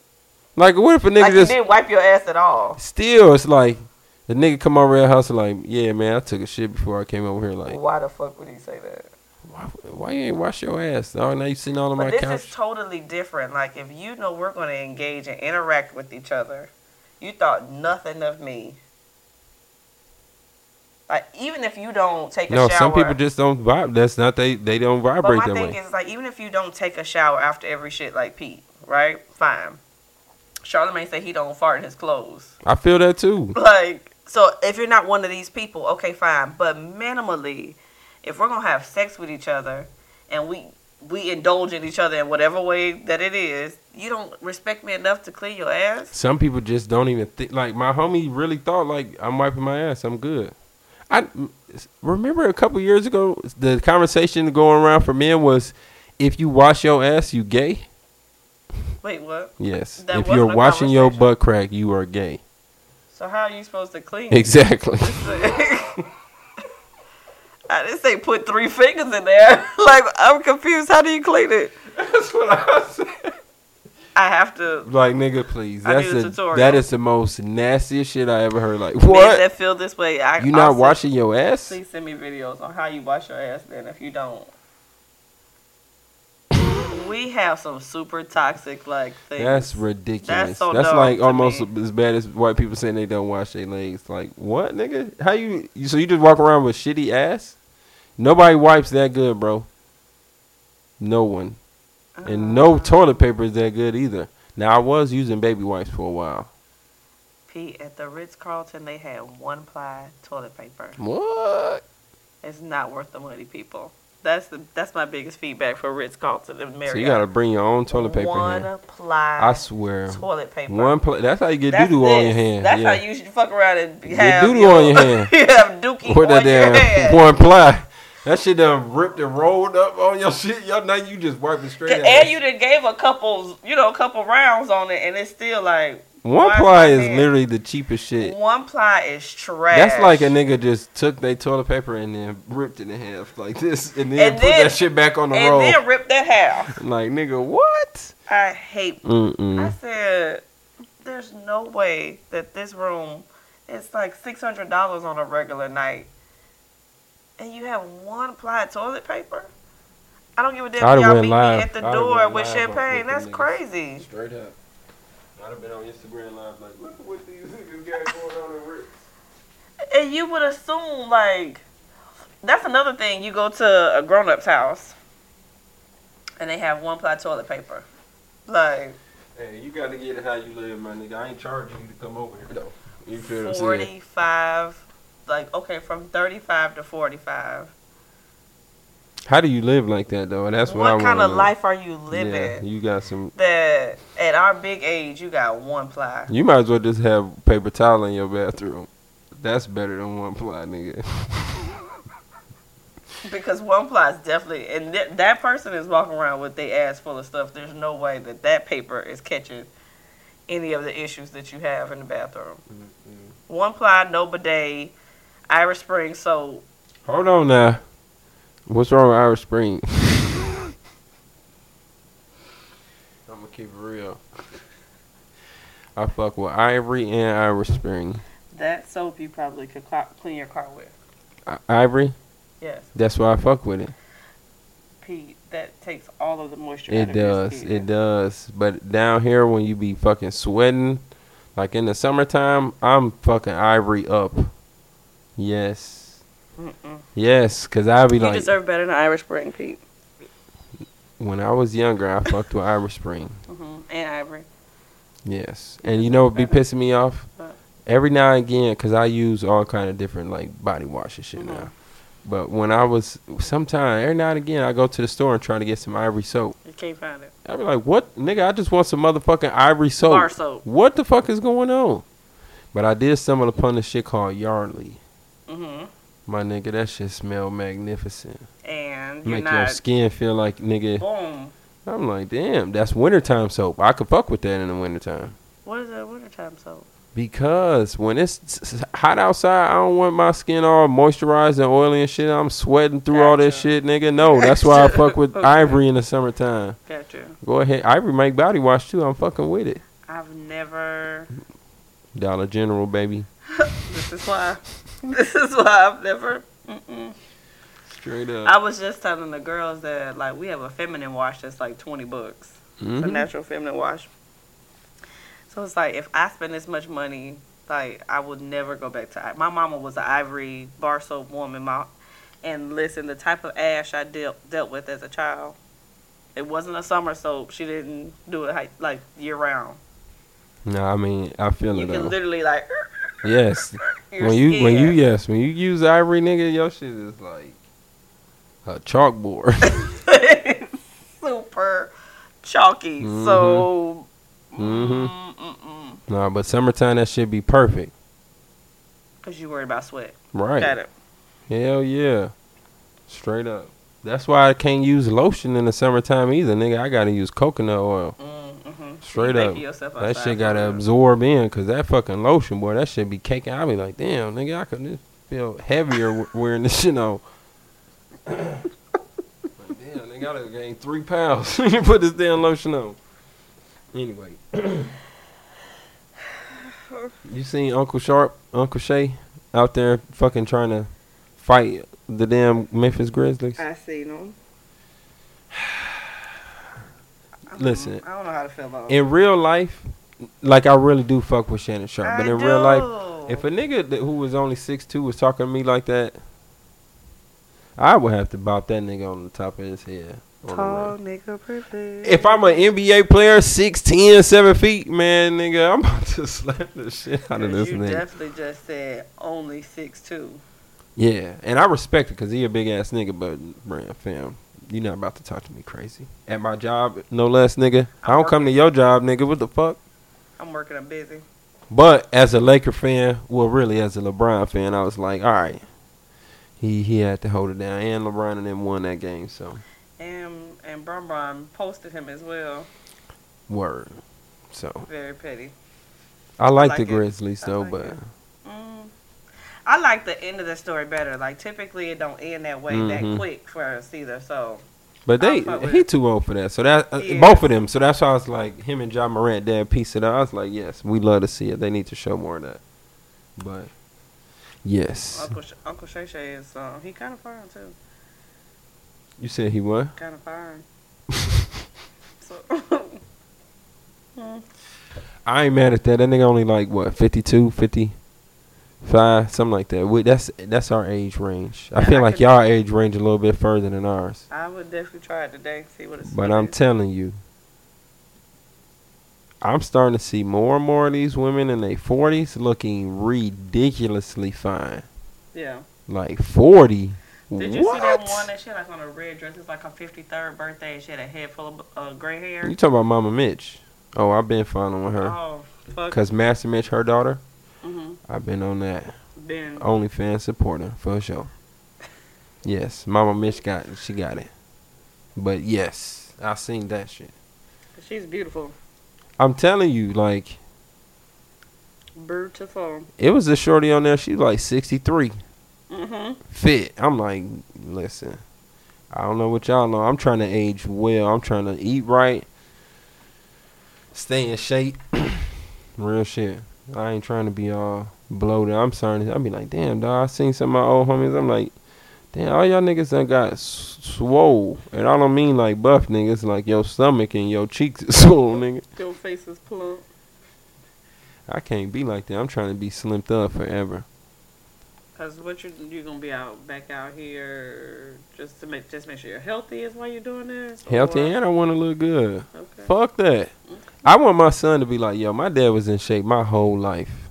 Like, what if a nigga
like you
just
didn't wipe your ass at all.
still it's like the nigga come over your house and like, yeah, man, I took a shit before I came over here. Like,
Why the fuck would he say that?
why, why you ain't wash your ass? Oh, now you sitting all on
But
my
this
couch.
is totally different. Like if you know we're going to engage and interact with each other, you thought nothing of me. Like even if you don't take a
no,
shower,
some people just don't vibe. That's not they. They don't
But
vibrate
my
that
thing
way.
is like even if you don't take a shower after every shit like Pete, right? Fine. Charlamagne said he don't fart in his clothes.
I feel that too.
Like so if you're not one of these people, okay, fine. But minimally, if we're gonna have sex with each other and we we indulge in each other in whatever way that it is, you don't respect me enough to clean your ass.
Some people just don't even think. Like my homie really thought like I'm wiping my ass. I'm good. I remember a couple years ago the conversation going around for men was if you wash your ass, you gay.
Wait, what?
Yes.
That
if
wasn't
you're
a
washing your
conversation.
butt crack, you are gay. <laughs>
So how are you supposed to clean? <laughs>
Exactly.
I didn't say put three fingers in there. <laughs> like I'm confused. How do you clean it?
<laughs> That's what I said.
I have to.
Like nigga, please.
I
That's
need a
the
tutorial.
that is the most nastiest shit I ever heard. Like
Men
what?
that feel this way, I
You not
I'll
washing your ass?
Send, please send me videos on how you wash your ass. Then if you don't, we have some super toxic like things.
That's ridiculous. That's,
so dumb
like
to
almost
me.
as bad as white people saying they don't wash their legs. Like what, nigga? How you, you? So you just walk around with shitty ass? Nobody wipes that good, bro. No one, and
Ah.
no toilet paper is that good either. Now I was using baby wipes for a while.
Pete at the Ritz Carlton, they had one ply toilet paper.
What?
It's not worth the money, people. That's the that's my biggest feedback for Ritz Carlton and Marriott.
So you gotta bring your own toilet paper.
One
here.
ply.
I swear.
Toilet paper.
One pla That's how you get
That's
doo doo on your
this.
hand.
That's
yeah.
how you should fuck around and
Get
have
doo-doo on your hand.
<laughs> you have dookie
Where that
on
damn
your hand.
one ply. That shit done ripped and rolled up on your shit. Y'all now you just wiping straight.
And
out.
you done gave a couple, you know, a couple rounds on it, and it's still like
one
why
ply
my
is
hand?
literally the cheapest shit.
one ply is trash.
That's like a nigga just took their toilet paper and then ripped it in half like this, <laughs> and then
And
put
then-
that shit back on the
and
roll.
then rip
<laughs>
that half.
like nigga, what?
I hate. I
Mm-mm.
said, there's no way that this room, it's like six hundred dollars on a regular night, and you have one ply toilet paper. I don't give a damn
I'd've
if y'all
went
meet
live.
me at the
I'd've
door
went
with
live on
champagne.
Freaking
That's
Niggas.
crazy.
Straight up. I'd have been on Instagram live like, look at what these niggas got going on in Rick.
And you would assume like that's another thing. You go to a grown up's house and they have one ply toilet paper. Like
Hey, you gotta get it how you live, my nigga. I ain't charging you to come over here though. You feel what I'm saying?
forty five like okay, from thirty five to forty five.
How do you live like that though? That's what, I want.
What kind of life are you
Yeah,
living?
you got some.
That at our big age you got one ply.
You might as well just have paper towel in your bathroom. That's better than one ply, nigga. <laughs>
Because one ply is definitely, and th- that person is walking around with their ass full of stuff. There's no way that that paper is catching any of the issues that you have in the bathroom.
Mm-hmm.
One ply, no bidet, Irish Spring soap.
Hold on now. What's wrong with Irish Spring? <laughs> I'm gonna keep it real. I fuck with Ivory and Irish Spring.
That soap you probably could cl- clean your car with.
I- Ivory,
Yes,
that's why I fuck with it.
Pete. That takes all of the moisture. out
It
of your
does.
skin.
It does. But down here, when you be fucking sweating, like in the summertime, I'm fucking ivory up. Yes.
Mm-mm.
Yes, because I be
You
like,
deserve better than Irish Spring, Pete,
when I was younger, I fucked with Irish Spring.
hmm and Ivory.
Yes. And you know what be pissing me off?
What?
Every now and again, because I use all kind of different like body wash and shit
Uh-huh.
now. But when I was, sometime, every now and again, I go to the store and try to get some ivory soap.
You can't find it.
I be like, what, nigga? I just want some motherfucking ivory soap.
Bar soap.
What the fuck is going on? But I did stumble upon this shit called Yardley.
hmm
My nigga, that shit smell magnificent.
And you're
Make your
not.
skin feel like nigga.
boom.
I'm like, damn, that's wintertime soap. I could fuck with that in the wintertime.
What is that wintertime soap?
Because when it's s- s- hot outside, I don't want my skin all moisturized and oily and shit. I'm sweating through all that
Gotcha.
shit, nigga. No, that's
<laughs>
why I fuck with
Okay.
Ivory in the summertime.
Gotcha.
Go ahead. Ivory make body wash too. I'm fucking with it.
I've never.
Dollar General, baby.
This is why. <laughs> This is why I've never. Mm-mm.
Straight up.
I was just telling the girls that like we have a feminine wash that's like twenty bucks. It's a
Mhm.
natural feminine wash. So it's like if I spend this much money, like I would never go back to. I- My mama was an ivory bar soap woman. My and listen, the type of ash I dealt dealt with as a child, it wasn't a summer soap. She didn't do it like- like year round.
No, I mean I feel
You
it
can
though.
literally like. <laughs>
Yes,
your
when you when you
skin.
yes when you use ivory, nigga, your shit is like a
<laughs>
chalkboard. <laughs>
super chalky.
Mhm.
So,
Mhm.
mm
nah, but summertime that shit be perfect,
because you worried about sweat.
right?
Got it.
Hell yeah, straight up. That's why I can't use lotion in the summertime either, nigga. I gotta use coconut oil.
Mm-hmm.
Straight up.
Yourself
That
outside
shit gotta
for real.
absorb in, cause that fucking lotion, boy, that shit be caking. I be like, damn, nigga, I could just feel heavier w- <laughs> wearing this shit on. Like, damn, nigga, I done gained three pounds. <laughs> you put this damn lotion on. Anyway, <clears throat> you seen Uncle Sharp, Uncle Shay, out there fucking trying to fight the damn Memphis Grizzlies?
I seen them.
Listen.
I don't know how to feel about
In real life, like I really do fuck with Shannon Sharp, but in real life, If a nigga that, who was only six two was talking to me like that, I would have to bop that nigga on the top of his head. on the
tall
run.
nigga privilege.
If I'm an NBA player, 6'10", 7 feet, man, nigga, I'm about to <laughs> slap the shit out of this
you
nigga.
definitely just said only six two.
yeah, and I respect it because he a big ass nigga, but man, fam, you not about to talk to me crazy at my job, no less, nigga. I don't come to your job, nigga. What the fuck?
I'm working. I'm busy.
But as a Laker fan, well, really as a LeBron fan, I was like, all right, he he had to hold it down, and LeBron and them won that game. So
And and Brum Brum posted him as well.
word. So
Very petty.
I like,
like
the
it.
Grizzlies
I
though,
like
but
it. Mm. I like the end of the story better. Like typically, it don't end that way
Mhm.
that quick for us either. So
but
I
they
fuck with
he
it.
too old for that. So that uh,
Yeah.
both of them. So that's why I was like him and John Morant. That piece of that, I was like, yes, we love to see it. They need to show more of that. But yes,
uh, Uncle Sh- Uncle Shay Shay is um, he kind of fine too.
You said he what? <laughs>
Kind of fine. so, <laughs>
I ain't mad at that. That nigga only like what 52, 55, something like that. We, that's that's our age range. I
Yeah,
feel
I
like
could-
y'all age range a little bit further than ours.
I would definitely try it today. See what it's.
But I'm
telling.
telling you, I'm starting to see more and more of these women in their forties looking ridiculously fine.
yeah.
Like forty.
Did you see that one
What?
that she had like on a red dress? It's like her fifty third birthday. and She had a head full of uh, gray hair.
You talking about Mama Mitch? Oh, I've been following her
Oh fuck.
because Master Mitch, her daughter.
Mhm.
I've been on that.
Then
Oh. OnlyFans supporter for sure. Yes, Mama Mitch got she got it, but yes, I seen that shit.
she's beautiful,
I'm telling you, like
beautiful.
it was a shorty on there. She like 63,
Mhm.
fit. I'm like, listen, I don't know what y'all know. I'm trying to age well. I'm trying to eat right, stay in shape. <clears throat> Real shit. I ain't trying to be all bloated. I'm starting. to- I be like, damn, dog. I seen some of my old homies. I'm like, damn, all y'all niggas done got s- swole, and I don't mean like buff niggas. Like your stomach and your cheeks is <laughs> swole, nigga.
Your face is plump.
I can't be like that. I'm trying to be slimmed up forever.
Cause what you you gonna be out back out here just to make just make sure you're healthy is why you're doing this.
Healthy,
or-
and I want to look good.
Okay.
Fuck that. I want my son to be like, yo, my dad was in shape my whole life.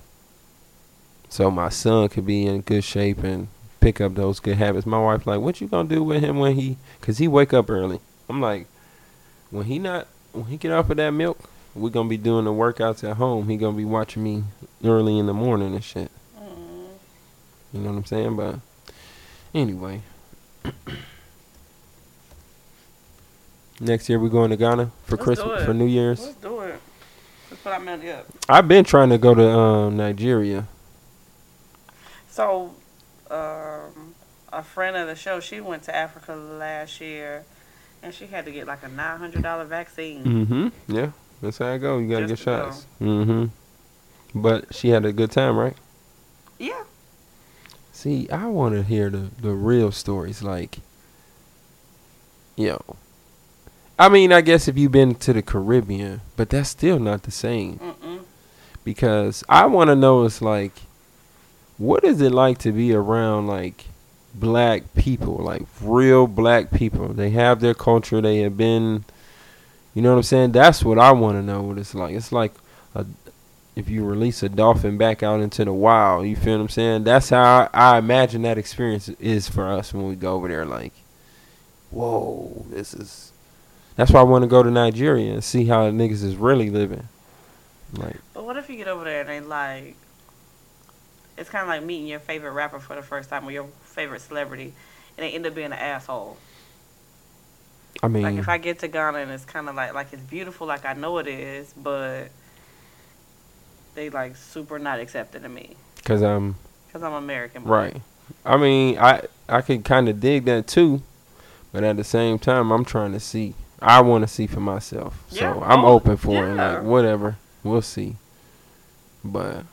So my son could be in good shape and pick up those good habits. My wife like, what you gonna do with him when he cause he wake up early. I'm like, when he not when he get off of that milk, we gonna be doing the workouts at home. He gonna be watching me early in the morning and shit.
Mm.
You know what I'm saying? But anyway. <coughs> Next year we going to Ghana for
Let's do
Christmas
it.
for New Year's.
Let's do it. That's what I meant. Yeah.
I've been trying to go to um, Nigeria.
So, um, a friend of the show, she went to Africa last year, and she had to get like a nine hundred dollar vaccine.
Mm-hmm. Yeah, that's how I go. You gotta
Just
get
to go.
shots. Mm-hmm. But she had a good time, right?
Yeah.
See, I want to hear the the real stories. Like, yo, I mean, I guess if you've been to the Caribbean, but that's still not the same
Mm-mm.
because I want to know. It's like, what is it like to be around like black people, like real black people? They have their culture. They have been, you know what I'm saying? That's what I want to know. What it's like. It's like a, if you release a dolphin back out into the wild. You feel what I'm saying? That's how I, I imagine that experience is for us when we go over there. Like, whoa, this is. That's why I want to go to Nigeria and see how niggas is really living. Like.
But what if you get over there and they like? It's kind of like meeting your favorite rapper for the first time or your favorite celebrity, and they end up being an asshole.
I mean,
Like if I get to Ghana and it's kind of like like it's beautiful, like I know it is, but they like super not accepting to me
cause I'm
because I'm American.
right. I mean, I I could kind of dig that too, but at the same time, I'm trying to see. I want to see for myself,
Yeah,
so I'm
oh,
open for it.
yeah.
Like whatever, we'll see. But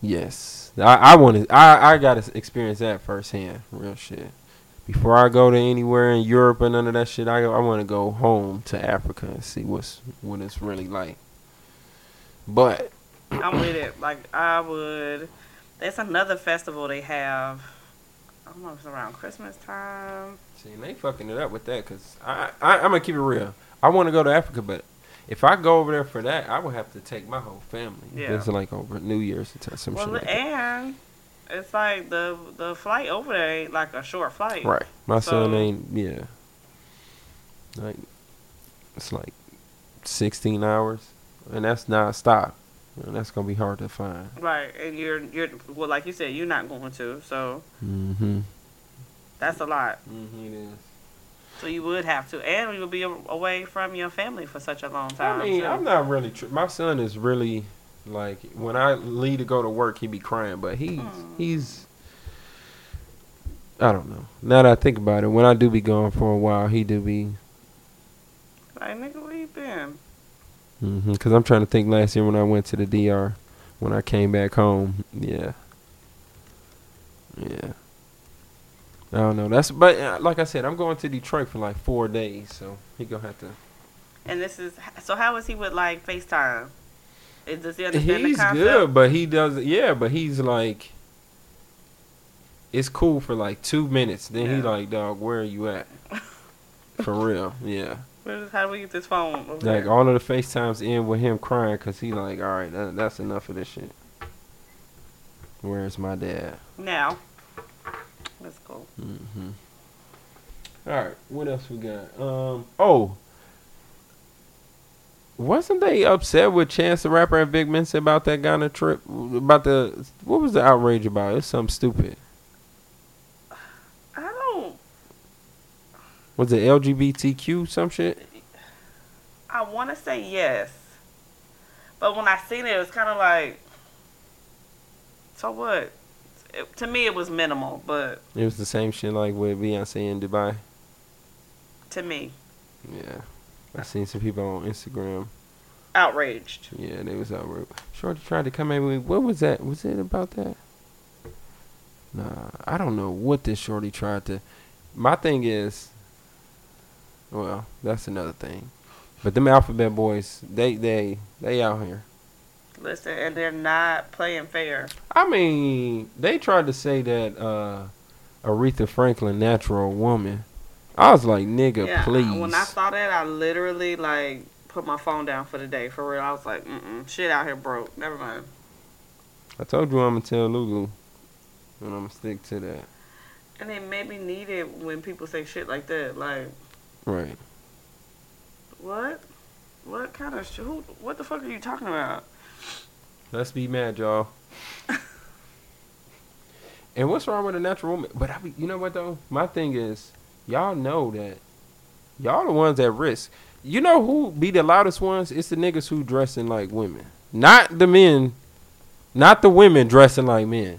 yes, I I want to. I I gotta experience that firsthand, real shit. Before I go to anywhere in Europe or none of that shit, I I want to go home to Africa and see what's what it's really like. But
I'm with it. Like I would. There's another festival they have. I don't know if it's around Christmas time.
See, and they fucking it up with that because I, I, I'm gonna keep it real. I want to go to Africa, but if I go over there for that, I would have to take my whole family.
Yeah.
Just like over New Year's or t- some
well,
shit. Like that.
and it's like the the flight over there ain't like a short flight.
Right. My son
So-
ain't, yeah. Like, it's like 16 hours, and that's not stop. And that's gonna be hard to find.
Right, and you're you're well, like you said, you're not going to. So
Mm hmm.
that's a lot.
Mm hmm, it is.
So you would have to, and you'll be a- away from your family for such a long time.
I mean,
too.
I'm not really. Tr- my son is really like when I leave to go to work, he be crying, but he's he's. I don't know. Now that I think about it, when I do be gone for a while, he do be.
like nigga, where you been?
Because mm-hmm, I'm trying to think. Last year when I went to the DR, when I came back home, yeah, yeah. I don't know. That's but uh, like I said, I'm going to Detroit for like four days, so he gonna have to.
And this is so. How is he with like FaceTime? Is does he understand
He's
the concept?
good, but he does. Yeah, but he's like, it's cool for like two minutes. Then he
Yeah.
like, dog, where are you
<laughs>
at? for real, yeah.
Where is- how do we get this phone? Over
Like
here?
all of the FaceTimes end with him crying because he like, all right, that, that's enough of this shit. Where's my dad?
now. That's cool.
Mm-hmm. All right, what else we got? Um, oh, wasn't they upset with Chance the Rapper and Big Mensa about that Ghana trip? About the what was the outrage about? It's something stupid.
I don't.
Was it LGBTQ some shit?
I want to say yes, but when I seen it, it was kind of like, so what? It- to me, it was minimal, but
It was the same shit like with Beyonce in Dubai.
to me,
Yeah, I seen some people on Instagram.
outraged.
Yeah, they was outraged. Shorty tried to come at me. What was that? Was it about that? Nah, I don't know what this shorty tried to. My thing is, well, that's another thing. But them alphabet boys, they they they out here.
Listen, and they're not playing fair.
I mean, they tried to say that uh Aretha Franklin natural woman. I was like, nigga, please.
When I saw that, I literally like put my phone down for the day. For real, I was like, mm shit out here broke. Never mind.
I told you I'm gonna tell Lulu, and I'm gonna stick to that.
And it made me need it when people say shit like that. Like,
Right.
what? What kind of shit? Who, what the fuck are you talking about?
Let's be mad, y'all. and what's wrong with a natural woman? But I, be, you know what though? My thing is, y'all know that y'all the ones at risk. You know who be the loudest ones? It's the niggas who dressing like women, not the men, not the women dressing like men.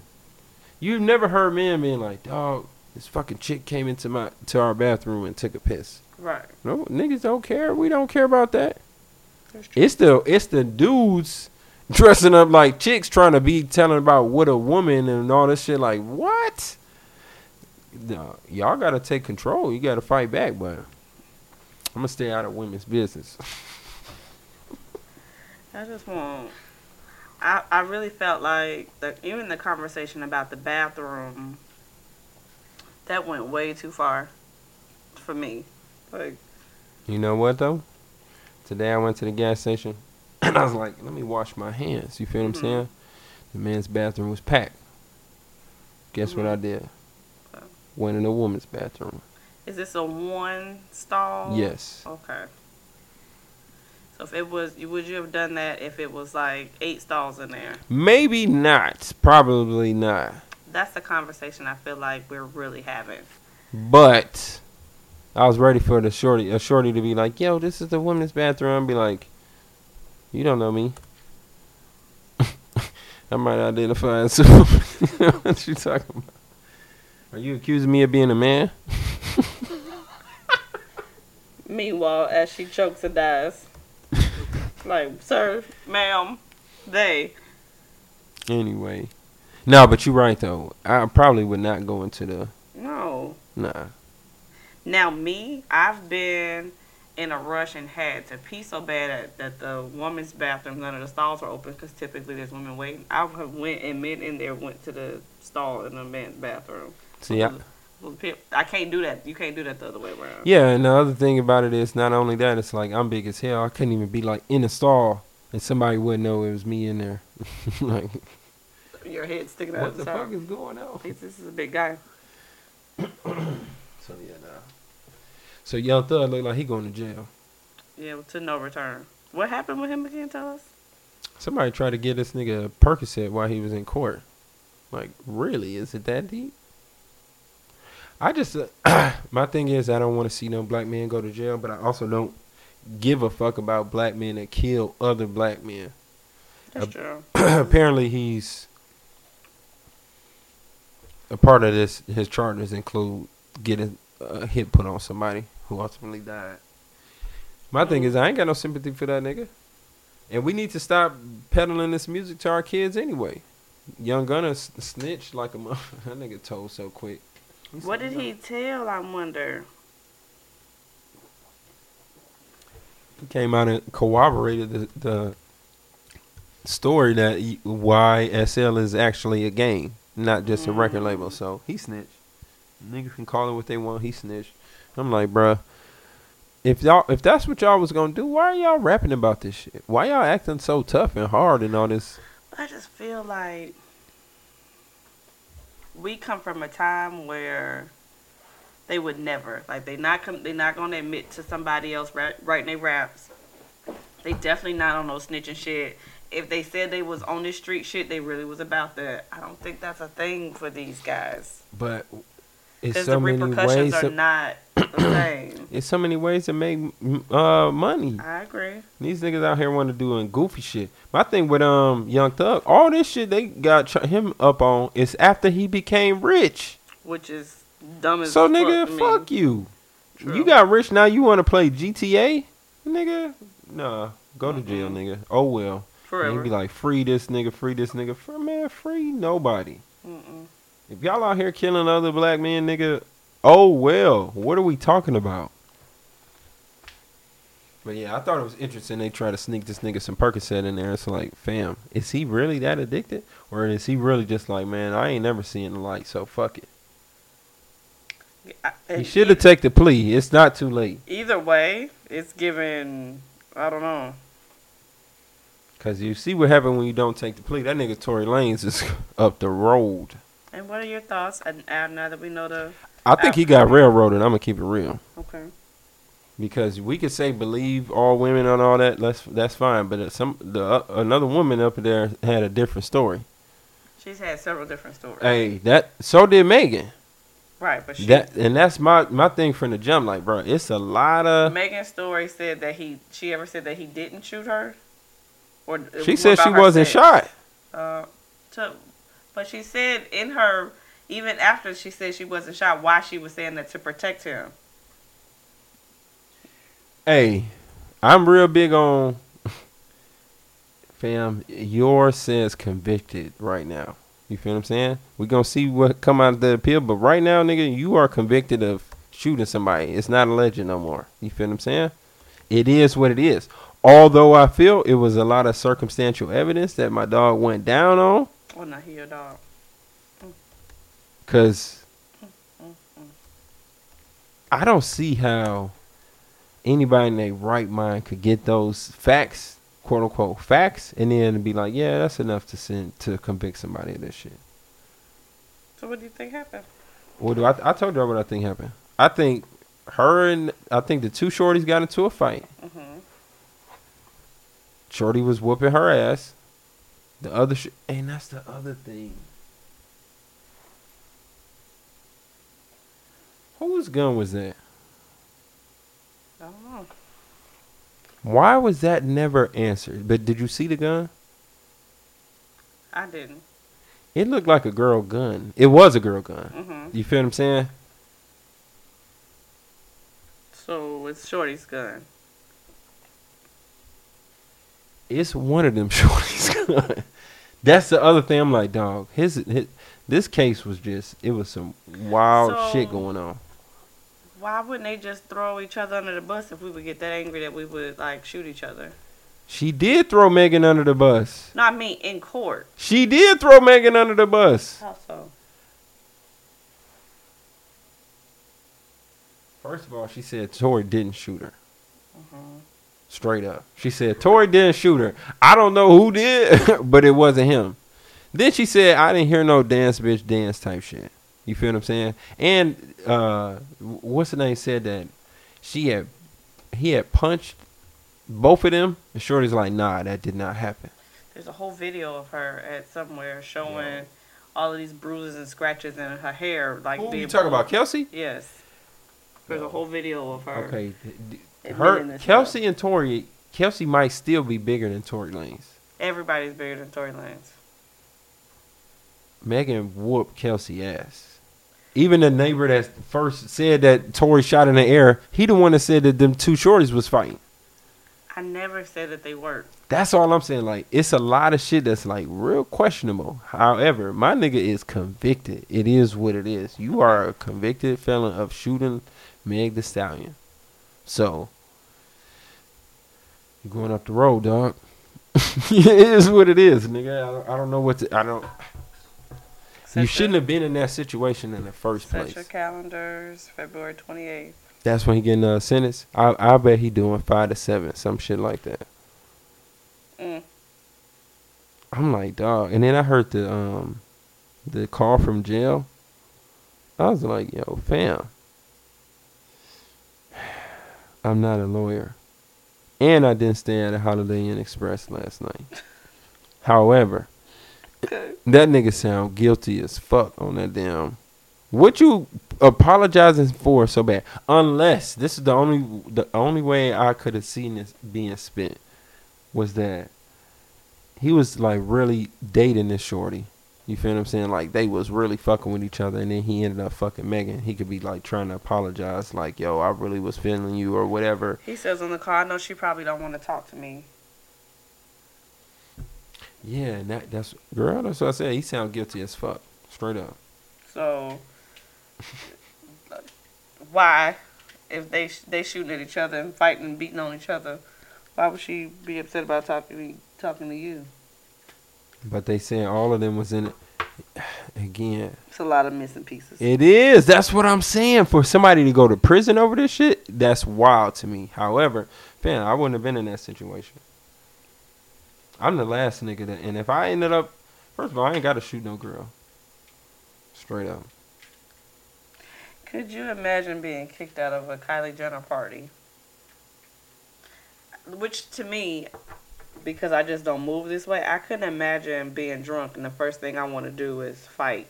You've never heard men being like, "Dog, this fucking chick came into my to our bathroom and took a piss."
Right.
No, niggas don't care. We don't care about that. It's the it's the dudes dressing up like chicks trying to be telling about what a woman and all this shit. Like what? No, y'all gotta take control. You gotta fight back. But I'm gonna stay out of women's business.
I just want. I I really felt like the even the conversation about the bathroom. That went way too far, for me. Like,
You know what though? Today I went to the gas station <clears throat> and I was like, let me wash my hands. You feel what I'm
Mhm.
saying? The men's bathroom was packed. Guess what I did? Went in the woman's bathroom.
is this a one stall?
Yes.
Okay. So if it was, you- would you have done that if it was like eight stalls in there?
Maybe not. Probably not.
That's the conversation I feel like we're really having.
But I was ready for the shorty, a shorty to be like, "Yo, this is the women's bathroom." I'd be like, "You don't know me. <laughs> I might identify as <laughs> what you talking about. Are you accusing me of being a man?"
Meanwhile, as she chokes and <laughs> dies, like, sir, ma'am, they.
Anyway, no, but you're right though. I probably would not go into the
No.
nah.
Now, me, I've been in a rush and had to pee so bad at, that the women's bathroom, none of the stalls were open because typically there's women waiting. I would have went and men in there went to the stall in the men's bathroom.
See, I,
Well, pe- I can't do that. You can't do that the other way around.
Yeah, and the other thing about it is not only that, it's like I'm big as hell. I couldn't even be like in a stall and somebody wouldn't know it was me in there. <laughs> like
Your head sticking out the, top.
is going on?
He's- this is a big guy.
So yeah, nah. So Young Thug look like he going to jail.
Yeah, to no return. What happened with him again? Tell us.
Somebody tried to get this nigga a Percocet while he was in court. Like, really? Is it that deep? I just uh, <coughs> my thing is I don't want to see no black men go to jail, but I also don't give a fuck about black men that kill other black men.
That's
Uh,
true.
<clears throat> apparently he's a part of this. His charges include getting a hit put on somebody who ultimately died. My thing is, I ain't got no sympathy for that nigga, and we need to stop peddling this music to our <laughs> kids anyway. Young Gunna s- snitched like a mother. that nigga told so quick.
What did he tell? I wonder.
He came out and corroborated the, the story that y- why SL is actually a game, not just a record
Mm.
label. So he snitched. Niggas can call it what they want. He snitched. I'm like, bruh, if y'all if that's what y'all was gonna do, why are y'all rapping about this shit? Why y'all acting so tough and hard and all this?
I just feel like we come from a time where they would never like they not come they not gonna admit to somebody else ra- writing their raps. They definitely not on no snitching shit. If they said they was on this street shit, they really was about that. I don't think that's a thing for these guys
But it's
because
so
the
many
repercussions
ways.
are
Of,
not
<coughs>
the same.
it's so many ways to make mm, uh money.
I agree.
These niggas out here want to doing goofy shit. My thing with um Young Thug, all this shit they got tr- him up on is after he became rich.
Which is dumb as
So
fuck
nigga,
to me.
fuck you.
True.
You got rich now. You want to play GTA, nigga? Nah, go to jail, nigga. Oh well.
forever.
And be like, free this nigga, free this nigga, free, man, free nobody.
Mm-mm.
If y'all out here killing other black men, nigga, oh well. What are we talking about? But yeah, I thought it was interesting they try to sneak this nigga some Percocet in there. It's like, fam, is he really that addicted, or is he really just like, man, I ain't never seeing the light, so fuck it.
I-
He
and
should have take the plea. It's not too late
either way, it's given. I don't know.
because you see what happened when you don't take the plea. That nigga Tory Lanez is <laughs> up the road.
And what are your thoughts? And and now that we know the
I think he got railroaded. I'm gonna keep it real.
okay,
because we could say believe all women and all that. That's that's fine, but uh, some the another woman up there had a different story.
she's had several different stories,
Hey, that so did Megan.
right? But she,
That and that's my my thing from the jump. Like, bro, it's a lot of.
Megan's story said that he she ever said that he didn't shoot her, or it
She
was
said
about
she
her
wasn't
sex.
shot.
Uh, to, but she said in her even after she said she wasn't shot, why she was saying that to protect him.
Hey, I'm real big on. Fam, yours says convicted right now. You feel what I'm saying? we gonna see what come out of the appeal, but right now, nigga, you are convicted of shooting somebody. It's not a legend no more. You feel what I'm saying? It is what it is. Although I feel it was a lot of circumstantial evidence that my dog went down on,
Oh no, he your dog.
cause I don't see how anybody in their right mind could get those facts, quote unquote facts, and then be like, yeah, that's enough to send to convict somebody of this shit.
So what do you think happened?
What do I? I told y'all what I think happened. I think her and I think the two shorties got into a fight.
Mhm.
Shorty was whooping her ass. The other sh- and that's the other thing. Whose gun was that?
I don't know.
Why was that never answered? But did you see the gun?
I didn't.
It looked like a girl gun. It was a girl gun.
hmm
You feel what I'm saying?
So it's Shorty's gun.
it's one of them <laughs> shorties. That's the other thing. I'm like, dog, his, his this case was just it was some wild
So-
shit going on.
Why wouldn't they just throw each other under the bus if we would get that angry that we would like shoot each other?
She did throw Megan under the bus.
No, I mean in court.
She did throw Megan under the bus.
How so?
First of all, she said Tori didn't shoot her. Straight up, she said Tori didn't shoot her. I don't know who did, <laughs> but it wasn't him. Then she said, "I didn't hear no dance, bitch, dance type shit." You feel what I'm saying? And uh, wh- what's the name said that she had he had punched both of them. And Shorty's like, "Nah, that did not happen."
There's a whole video of her at somewhere showing all of these bruises and scratches in her hair, like
Who you
being
talking
pulled.
about, Kelsey?
Yes. There's a whole video of her.
Okay, d- d-
admitting
her
this
Kelsey and Tori. Kelsey might still be bigger than Tori Lanes.
Everybody's bigger than Tory Lanez.
Megan whooped Kelsey ass. Even the neighbor that first said that Tori shot in the air, he the one that said that them two shorties was fighting.
I never said that they work.
That's all I'm saying. Like, it's a lot of shit that's like real questionable. However, my nigga is convicted. It is what it is. You are a convicted felon of shooting Meg the Stallion. So, you're going up the road, dog. <laughs> it is what it is, nigga. I, I don't know what to. I don't.
Set
you
your-
shouldn't have been in that situation in the first
Set
place.
your calendars, February 28th.
That's when he getting a sentence. I I bet he doing five to seven, some shit like that.
Mm.
I'm like, dog. And then I heard the um, the call from jail. I was like, yo, fam. <sighs> I'm not a lawyer, and I didn't stay at a Holiday Inn Express last night. <laughs> However, that nigga sound guilty as fuck on that damn what you apologizing for so bad? Unless this is the only the only way I could have seen this being spent was that he was like really dating this shorty. You feel what I'm saying? Like they was really fucking with each other, and then he ended up fucking Megan. He could be like trying to apologize, like "Yo, I really was feeling you" or whatever.
He says on the call, I know she probably don't want to talk to me.
Yeah, and that, that's girl. That's what I said. He sound guilty as fuck, straight up.
So why, if they sh- they shooting at each other and fighting and beating on each other, why would she be upset about talking to me, talking to you?
But they said all of them was in it <sighs> again.
It's a lot of missing pieces.
It is. That's what I'm saying. For somebody to go to prison over this shit, that's wild to me. However, man, I wouldn't have been in that situation. I'm the last nigga that, and if I ended up, first of all, I ain't got to shoot no girl. Straight up.
Could you imagine being kicked out of a Kylie Jenner party? Which to me, because I just don't move this way, I couldn't imagine being drunk and the first thing I want to do is fight.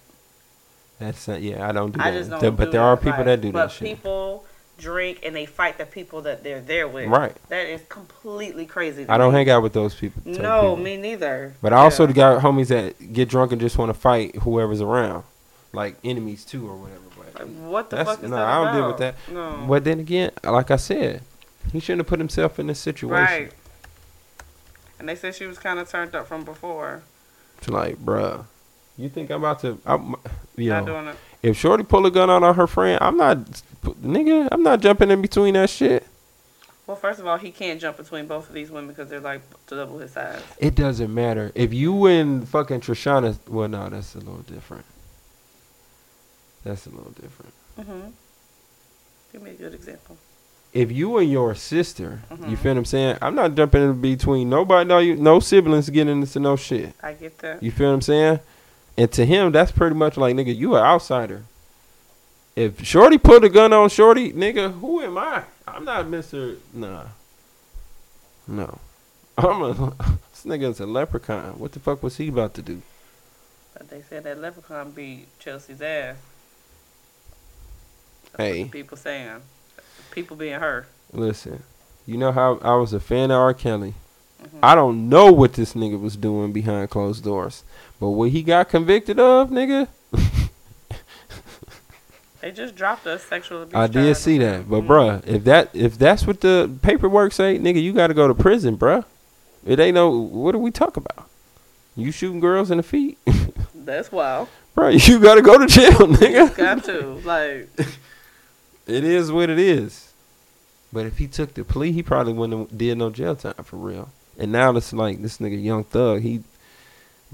That's not, yeah, I don't do that.
I just don't.
There- but
do
there
it,
are people
like-
that do
but
that shit.
people drink and they fight the people that they're there with.
Right.
That is completely crazy. to
I don't
me.
hang out with those people. type
No,
people.
me neither.
But I also
Yeah.
got homies that get drunk and just want to fight whoever's around, like enemies too or whatever. But
Like, what the
That's-
fuck is
no,
that
I don't deal with
about?
that.
No.
But then again, like I said, he shouldn't have put himself in this situation.
Right. And they said she was kind of turned up from before.
It's like, bruh, you think I'm about to? I'm,
Not
yo,
doing it.
if Shorty pull a gun out on her friend, I'm not, nigga, I'm not jumping in between that shit.
Well, first of all, he can't jump between both of these women because they're like double his size.
It doesn't matter if you and fucking Trishana. Well, no, that's a little different. That's a little different.
hmm Give me a good example.
If you and your sister, you
Mhm.
feel what I'm saying? I'm not jumping in between nobody, no, you, no siblings getting into no shit.
I get that.
You feel what I'm saying? And to him, that's pretty much like, nigga, you an outsider. If Shorty put a gun on Shorty, nigga, who am I? I'm not Mr. Nah. No. <laughs> I'm a this nigga's a leprechaun. What the fuck was he about to do?
But they said that Leprechaun beat Chelsea's ass. That's
Hey.
What the people saying. People being her.
Listen, you know how I was a fan of R. Kelly.
Mhm.
I don't know what this nigga was doing behind closed doors. But what he got convicted of, nigga, <laughs>
They just dropped us sexual abuse.
I did
charges.
see that, but
Mhm.
bruh, if that if that's what the paperwork say, nigga, you got to go to prison, bruh. It ain't no. What do we talk about? You shooting girls in the feet, <laughs>
That's wild.
bruh? You got to go to jail, <laughs>
You
nigga.
got to like.
It is what it is. But if he took the plea, he probably wouldn't have did no jail time for real. And now it's like this nigga Young Thug, he,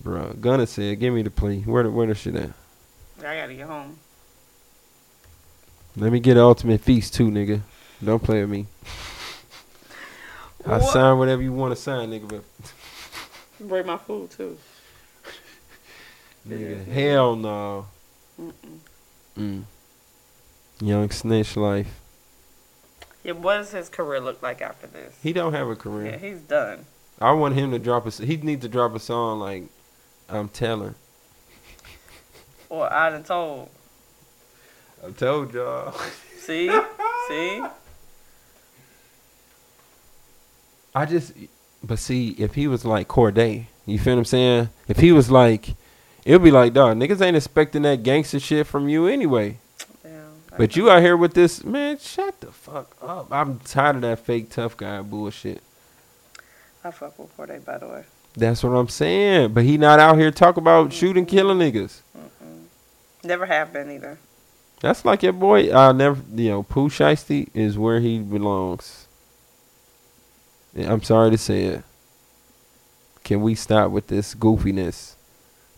bruh, Gunna said, give me the plea. Where the where the shit at?
I gotta get home.
Let me get an ultimate feast too, nigga. Don't play with me. I
What?
sign whatever you want to sign, nigga,
<laughs>
but
Bring my food too.
Nigga, hell no.
Mm-mm.
Mm. Young snitch life.
Yeah, what does his career look like after this?
He don't have a career.
Yeah, he's done.
I want him to drop a. s- He needs to drop a song like "I'm Telling."
Or I done told.
I told y'all.
<laughs> See, see.
I just, but see, if he was like Corday, you feel what I'm saying? If he was like, it'd be like, dog, niggas ain't expecting that gangster shit from you anyway.
Yeah, I
But you out here with this man. Shut the fuck up. I'm tired of that fake tough guy bullshit.
I fuck with Corday, by the way.
That's what I'm saying. But he not out here talk about shooting, killing niggas.
Never have been either.
That's like your boy. I never, you know, Pooh Shiesty is where he belongs. Yeah, I'm sorry to say it. Can we stop with this goofiness?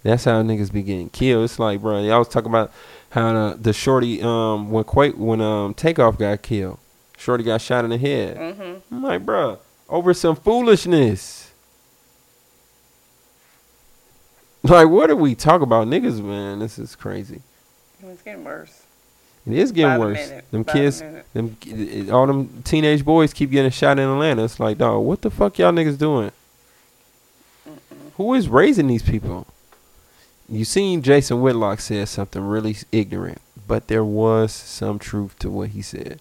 That's how niggas be getting killed. It's like, bro, y'all was talking about how the, the shorty, um, when Quake, when um, Takeoff got killed, shorty got shot in the head.
Mm-hmm.
I'm like, bruh, over some foolishness. Like, what do we talk about, niggas? Man, this is crazy.
It's
<laughs>
getting worse.
It is getting
By the
worse.
minute,
Them
by the
kids,
minute.
them it- all them teenage boys keep getting shot in Atlanta. It's like, dog, what the fuck y'all niggas doing? Who is raising these people? You seen Jason Whitlock said something really ignorant, but there was some truth to what he said.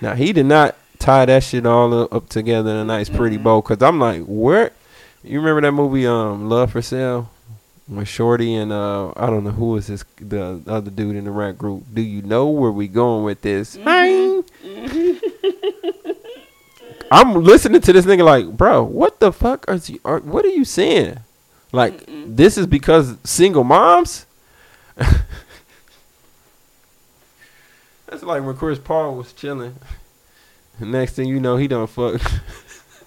Now he did not tie that shit all u- up together in a nice pretty bow. Cause I'm like, where? You remember that movie, um, Love for Sale, when Shorty and uh, I don't know who was this the other dude in the rap group. Do you know where we going with this? Hi. I'm listening to this nigga like, bro, what the fuck are you? Are, what are you saying? Like, this is because single moms. That's like when Chris Paul was chilling. Next thing you know, he done fucked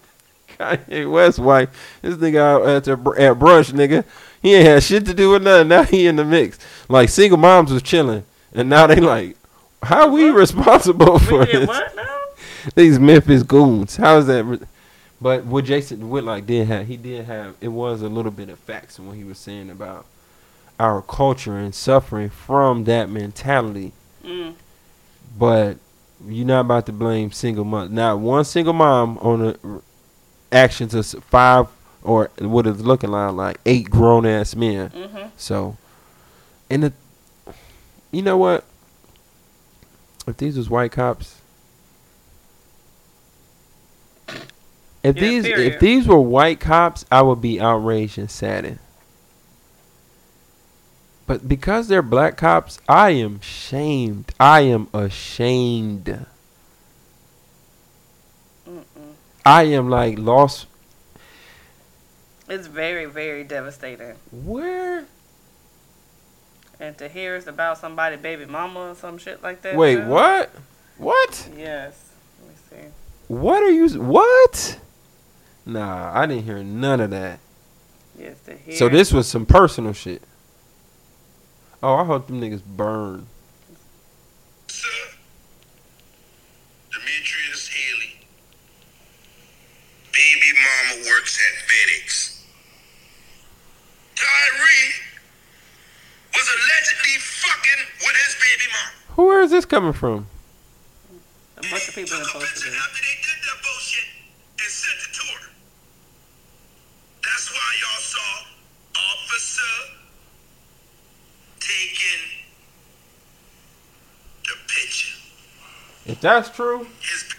<laughs> Kanye West wife. This nigga out at, the, br- at brunch, nigga. He ain't had shit to do with nothing. Now he in the mix. Like single moms was chilling, and now they like, how we responsible for
We
this?
did what now?
These Memphis goons. How is that? re- But what Jason Whitlock did have, he did have. It was a little bit of facts in what he was saying about our culture and suffering from that mentality.
Mm.
But you're not about to blame single mom. Not one single mom on the r- actions of s- five or what it's looking like, like eight grown ass men.
Mm-hmm.
So, and the, you know what? If these was white cops, if
Yeah,
these if
period.
these were white cops, I would be outraged and saddened. But because they're black cops, I am shamed. I am ashamed.
Mm-mm.
I am like lost.
It's very, very devastating.
Where?
And to hear it's about somebody, baby mama, or some shit like that.
Wait,
too.
what? What?
Yes. Let me see.
What are you? What? Nah, I didn't hear none of that.
Yes, to hear.
So this was some personal shit. Oh, I hope them niggas burn.
Sir, Demetrius Haley. Baby mama works at FedEx. Tyree was allegedly fucking with his baby mama.
Who- Where is this coming from?
A bunch of people in
took a picture
posted it.
after they did that bullshit and sent it to her. That's why y'all saw officer taking the picture.
If that's true,
His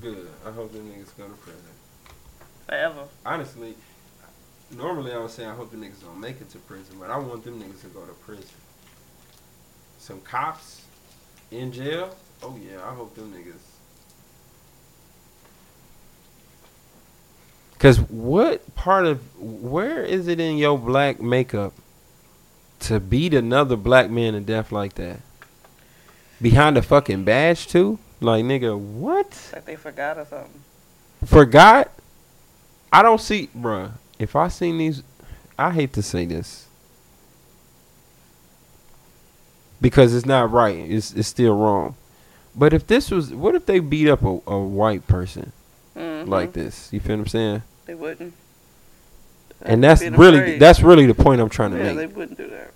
good. I hope them niggas go to prison.
Forever.
Honestly, normally I would say I hope the niggas don't make it to prison, but I want them niggas to go to prison. Some cops in jail. Oh yeah, I hope them niggas. Cause what part of where is it in your black makeup to beat another black man to death like that? Behind a fucking badge too? Like nigga, what?
It's like they forgot or something.
forgot. I don't see, bruh. If I seen these, I hate to say this because it's not right. It's it's still wrong. But if this was, what if they beat up a, a white person
Mm-hmm.
like this? You feel what I'm saying?
They wouldn't.
And that's
Being
really
afraid.
that's really the point I'm trying to
Yeah,
make.
they wouldn't do that.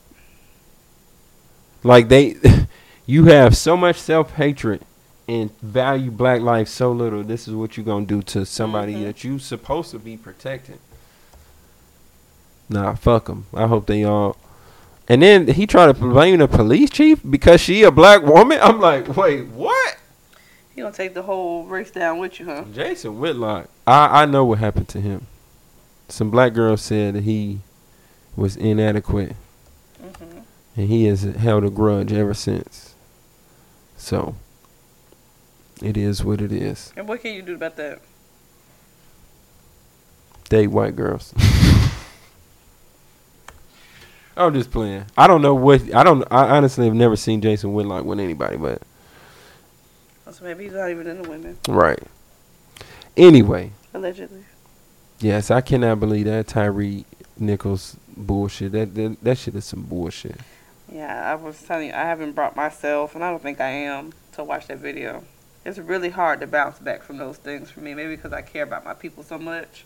Like they, <laughs> you have so much self hatred and value black life so little. This is what you're gonna do to somebody
Mhm.
that you supposed to be protecting. Nah, fuck them. I hope they all. And then he tried to blame the police chief because she a black woman. I'm like, wait, what?
You gonna take the whole race down with you, huh?
Jason Whitlock. I I know what happened to him. Some black girl said that he was inadequate.
Mm-hmm.
and he has held a grudge ever since. So It is what it is.
And what can you do about that?
Date white girls. <laughs> I'm just playing. I don't know what I don't. I honestly have never seen Jason Whitlock with anybody, but
So maybe he's not even into women,
right. Anyway,
allegedly.
yes, I cannot believe that Tyree Nichols bullshit. That that, that shit is some bullshit.
Yeah, I was telling you, I haven't brought myself, and I don't think I am, to watch that video. It's really hard to bounce back from those things for me. Maybe because I care about my people so much.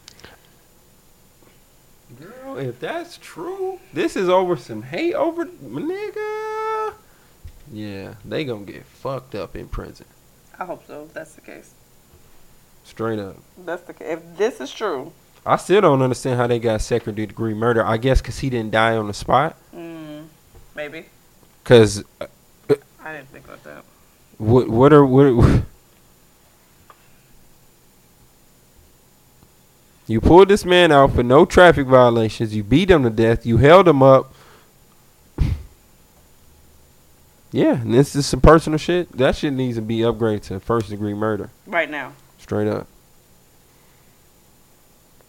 Girl, if that's true, this is over some hate over nigga. Yeah, they gonna get fucked up in prison.
I hope so. If that's the case.
Straight up.
That's the case. If this is true.
I still don't understand how they got second degree murder. I guess because he didn't die on the spot. uh,
Mm, maybe.
Because
I didn't think about that.
what what are what? <laughs> are- you pulled this man out for no traffic violations. You beat him to death. You held him up. <laughs> Yeah, and this is some personal shit. That shit needs to be upgraded to first degree murder.
Right now.
Straight up.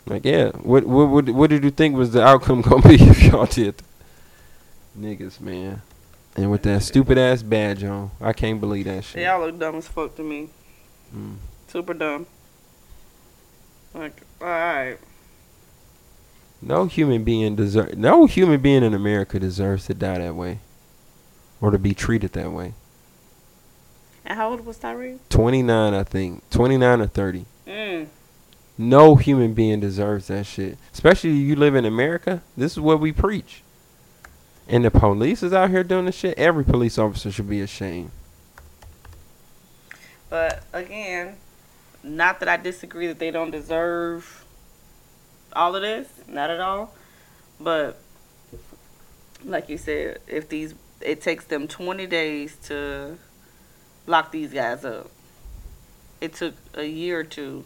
Like yeah, what what what what did you think was the outcome <laughs> gonna be if y'all did? that? Niggas, man. And with that stupid ass badge on, I can't believe that shit.
They all look dumb as fuck to me.
Mm.
Super dumb. Like, alright.
No human being deserve. No human being in America deserves to die that way, or to be treated that way.
And how old was Tyree?
Twenty nine, I think. Twenty nine or thirty.
Mm.
No human being deserves that shit. Especially you live in America. This is what we preach. And the police is out here doing this shit. Every police officer should be ashamed.
But again, not that I disagree that they don't deserve all of this, not at all. But like you said, if these it takes them 20 days to lock these guys up. It took a year or two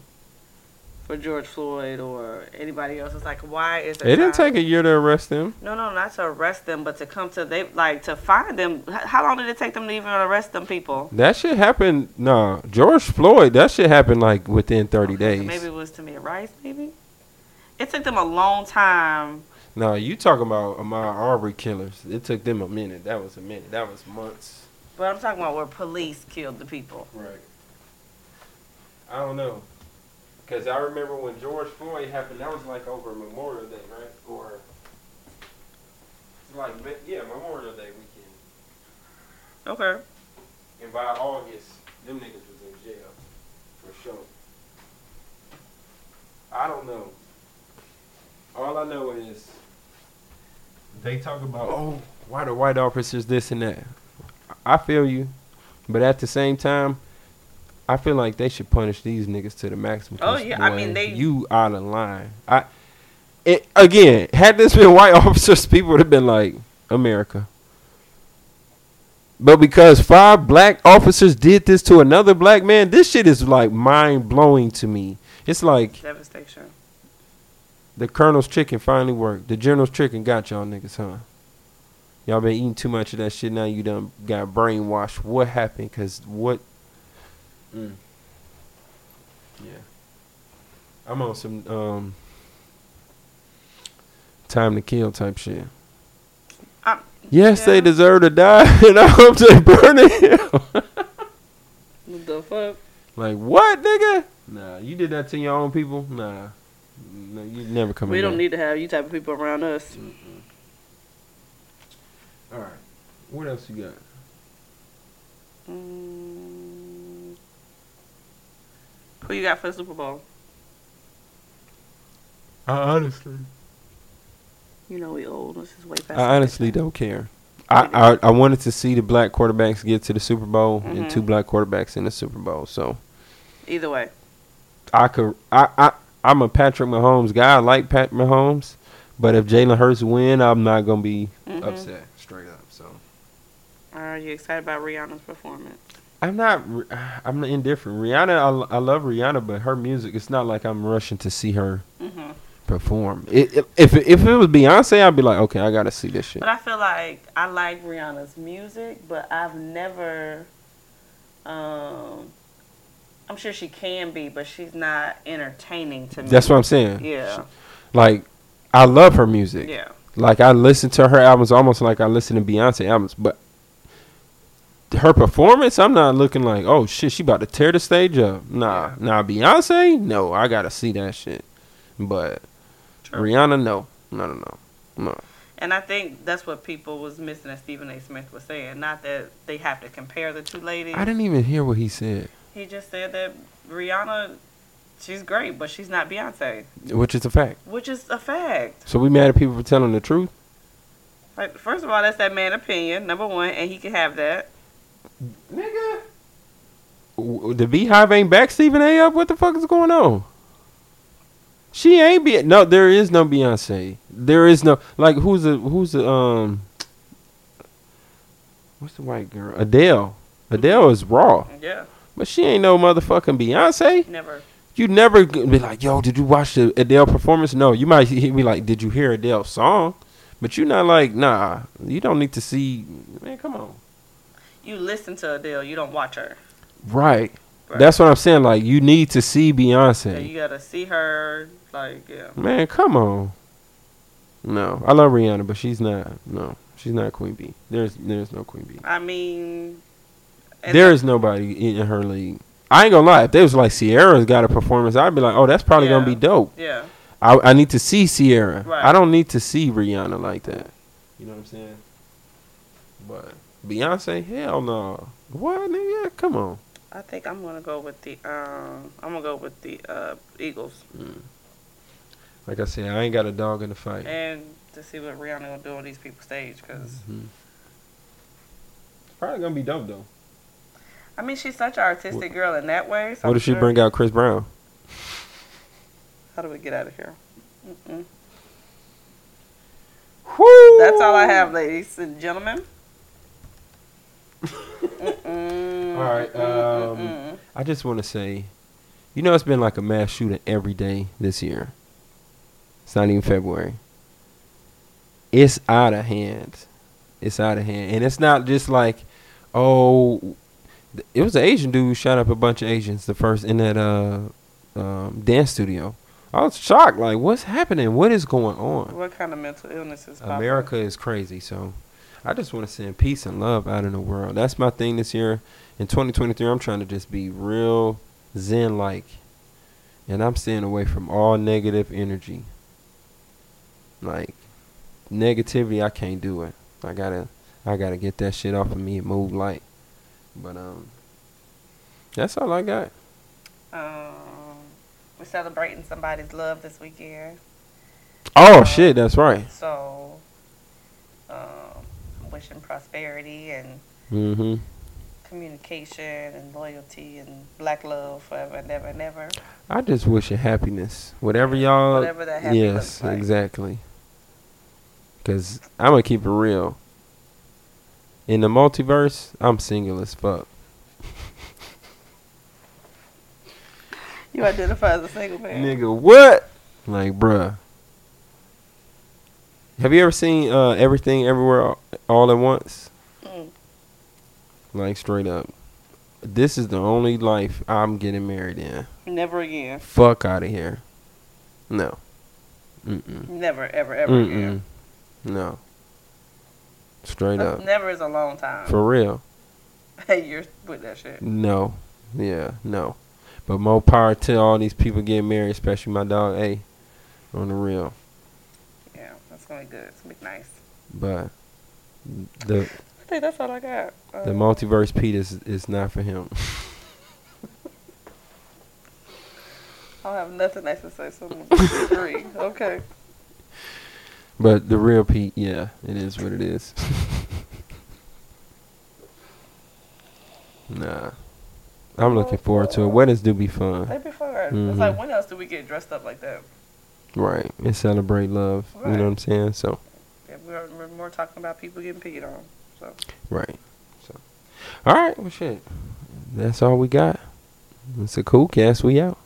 for George Floyd or anybody else. It's like why is
It didn't take
time-
a year to arrest them.
no, no, not to arrest them, but to come to they like to find them. H- How long did it take them to even arrest them people?
That shit happened. Nah, George Floyd. That shit happened like within thirty
Okay, so
days.
Maybe it was Tamir Rice. Maybe it took them a long time.
Nah, you talking about Amar Arbery killers? It took them a minute. That was a minute. That was months.
But I'm talking about where police killed the people.
Right. I don't know. Because I remember when George Floyd happened, that was like over Memorial Day, right? Or, like, me- yeah, Memorial Day weekend.
Okay.
And by August, them niggas was in jail. For sure. I don't know. All I know is they talk about, oh, why the white officers this and that. I feel you. But at the same time, I feel like they should punish these niggas to the maximum.
Oh,
'cause,
yeah, I mean, they-
You out of line. I. It, again, had this been white <laughs> officers, people would have been like, America. But because five black officers did this to another black man, this shit is like mind blowing to me. It's like
Devastation.
the colonel's chicken finally worked. The general's chicken got y'all niggas, huh? Y'all been eating too much of that shit. Now you done got brainwashed. What happened? Cause what? Mm. Yeah, I'm on some um time to kill type shit.
Um,
yes,
yeah.
they deserve to die, <laughs> and I hope they burn it. <laughs>
What the fuck?
Like what, nigga? Nah, you did that to your own people. Nah, no, you never come.
We
in
don't
there.
need to have you type of people around us.
All right, what else you got?
Mm. Who you got for the Super Bowl?
I honestly,
You know we old. This is way past.
I honestly don't care. I, I I wanted to see the black quarterbacks get to the Super Bowl and
Mhm.
two black quarterbacks in the Super Bowl. So
Either way,
I could I I I'm a Patrick Mahomes guy. I like Pat Mahomes, but if Jalen Hurts win, I'm not gonna be
Mhm.
upset straight up. So.
are you excited about Rihanna's performance?
I'm not. re- I'm indifferent. Rihanna, I, I love Rihanna, but her music. It's not like I'm rushing to see her
Mm-hmm.
perform. It, it- if if it was Beyonce, I'd be like, okay, I gotta see this shit.
But I feel like I like Rihanna's music, but I've never um, I'm sure she can be, but she's not entertaining to me.
That's what I'm saying.
Yeah,
Like, I love her music.
yeah.
Like, I listen to her albums almost like I listen to Beyonce albums, but her performance, I'm not looking like, oh shit, she about to tear the stage up. Nah, nah, Beyonce, no, I gotta see that shit. But Rihanna, no, no, no, no, no.
And I think that's what people was missing that Stephen A. Smith was saying. Not that they have to compare the two ladies.
I didn't even hear what he said,
He just said that Rihanna, she's great, but she's not Beyonce,
which is a fact.
which is a fact.
So we mad at people for telling the truth.
Like, first of all, that's that man opinion, number one, and he can have that.
Nigga. W- The Beehive ain't back Stephen A up? What the fuck is going on? She ain't be no, there is no Beyonce. There is no like who's a who's a um what's the white girl? Adele. Adele is raw.
Yeah,
But she ain't no motherfucking Beyonce.
never.
You never g- be like, yo, did you watch the Adele performance? No, you might he- be like, did you hear Adele's song? But you're not like, nah, you don't need to see man, come on.
You listen to Adele, you don't watch her.
Right.
Right.
That's what I'm saying. Like you need to see
So
Beyonce.
you gotta see her, like, yeah.
Man, come on. No, I love Rihanna, but she's not. No, she's not Queen Bee. There's there's no Queen Bee.
I mean, and
There is nobody in in her league. I ain't gonna lie. If they was like Sierra's got a performance, I'd be like, oh, that's probably gonna be
Yeah.
dope.
yeah,
I I need to see Sierra.
Right.
I don't need to see Rihanna like that. You know what I'm saying? But Beyonce, hell no. What nigga? Come on.
I think I'm gonna go with the um, I'm gonna go with the uh, Eagles,
Like I said, I ain't got a dog in the fight.
and to see what Rihanna gonna do on these people's stage, cause
Mm-hmm. Probably gonna be dope though.
I mean she's such an artistic girl in that way. So
What
I'm
if she
sure-
bring out Chris Brown?
How do we get out of here? Mm-mm.
Woo!
That's all I have, ladies and gentlemen. Mm-mm.
All right. Um,
Mm-mm.
I just want to say, you know, it's been like a mass shooting every day this year. It's not even February. It's out of hand. It's out of hand, and it's not just like, oh, th- it was an Asian dude who shot up a bunch of Asians the first in that uh um, dance studio. I was shocked. Like, what's happening? What is going on?
What kind of mental illness is popping?
America is crazy. So I just want to send peace and love out in the world. That's my thing this year. In 2023, I'm trying to just be real zen like. And I'm staying away from all negative energy. Like negativity, I can't do it. I gotta, I gotta get that shit off of me and move light. But um, that's all I got.
Um, we're celebrating somebody's love this weekend,
Oh shit, that's right.
so um, wishing prosperity and
hmm
communication and loyalty and black love forever and ever and ever.
I just wish you happiness. Whatever y'all.
Whatever that happy
Yes,
looks like.
exactly. Because I'm going to keep it real. In the multiverse, I'm single as fuck. <sighs>
You identify as a single man.
Nigga, what? Like, bruh. Have you ever seen uh, Everything Everywhere All- All at Once?
Mm.
Like, straight up. This is the only life I'm getting married in.
Never again.
Fuck out of here. No. Mm-mm.
Never, ever, ever
Mm-mm.
again.
No. Straight
That's-
up.
Never is a long time.
For real.
<laughs> Hey, you're with that shit.
No. Yeah, no. But more power to all these people getting married, especially my dog A. On the real.
Yeah, that's gonna be good. It's gonna be nice.
But the
I think that's all I got. Um,
the multiverse Pete is, is not for him.
I don't have nothing nice to say, so I'm
<laughs>
gonna agree. Okay.
But the real Pete, yeah, it is what it is. <laughs> nah. I'm looking forward to it. Weddings do be fun.
They'd be fun. It's
Mhm.
like when else do we get dressed up like that?
Right. And celebrate love. You
Right.
know what I'm saying? So
Yeah, we're, we're more talking about people getting peed on. So
Right. So, all right. Well, shit. That's all we got. It's a cool cast. We out.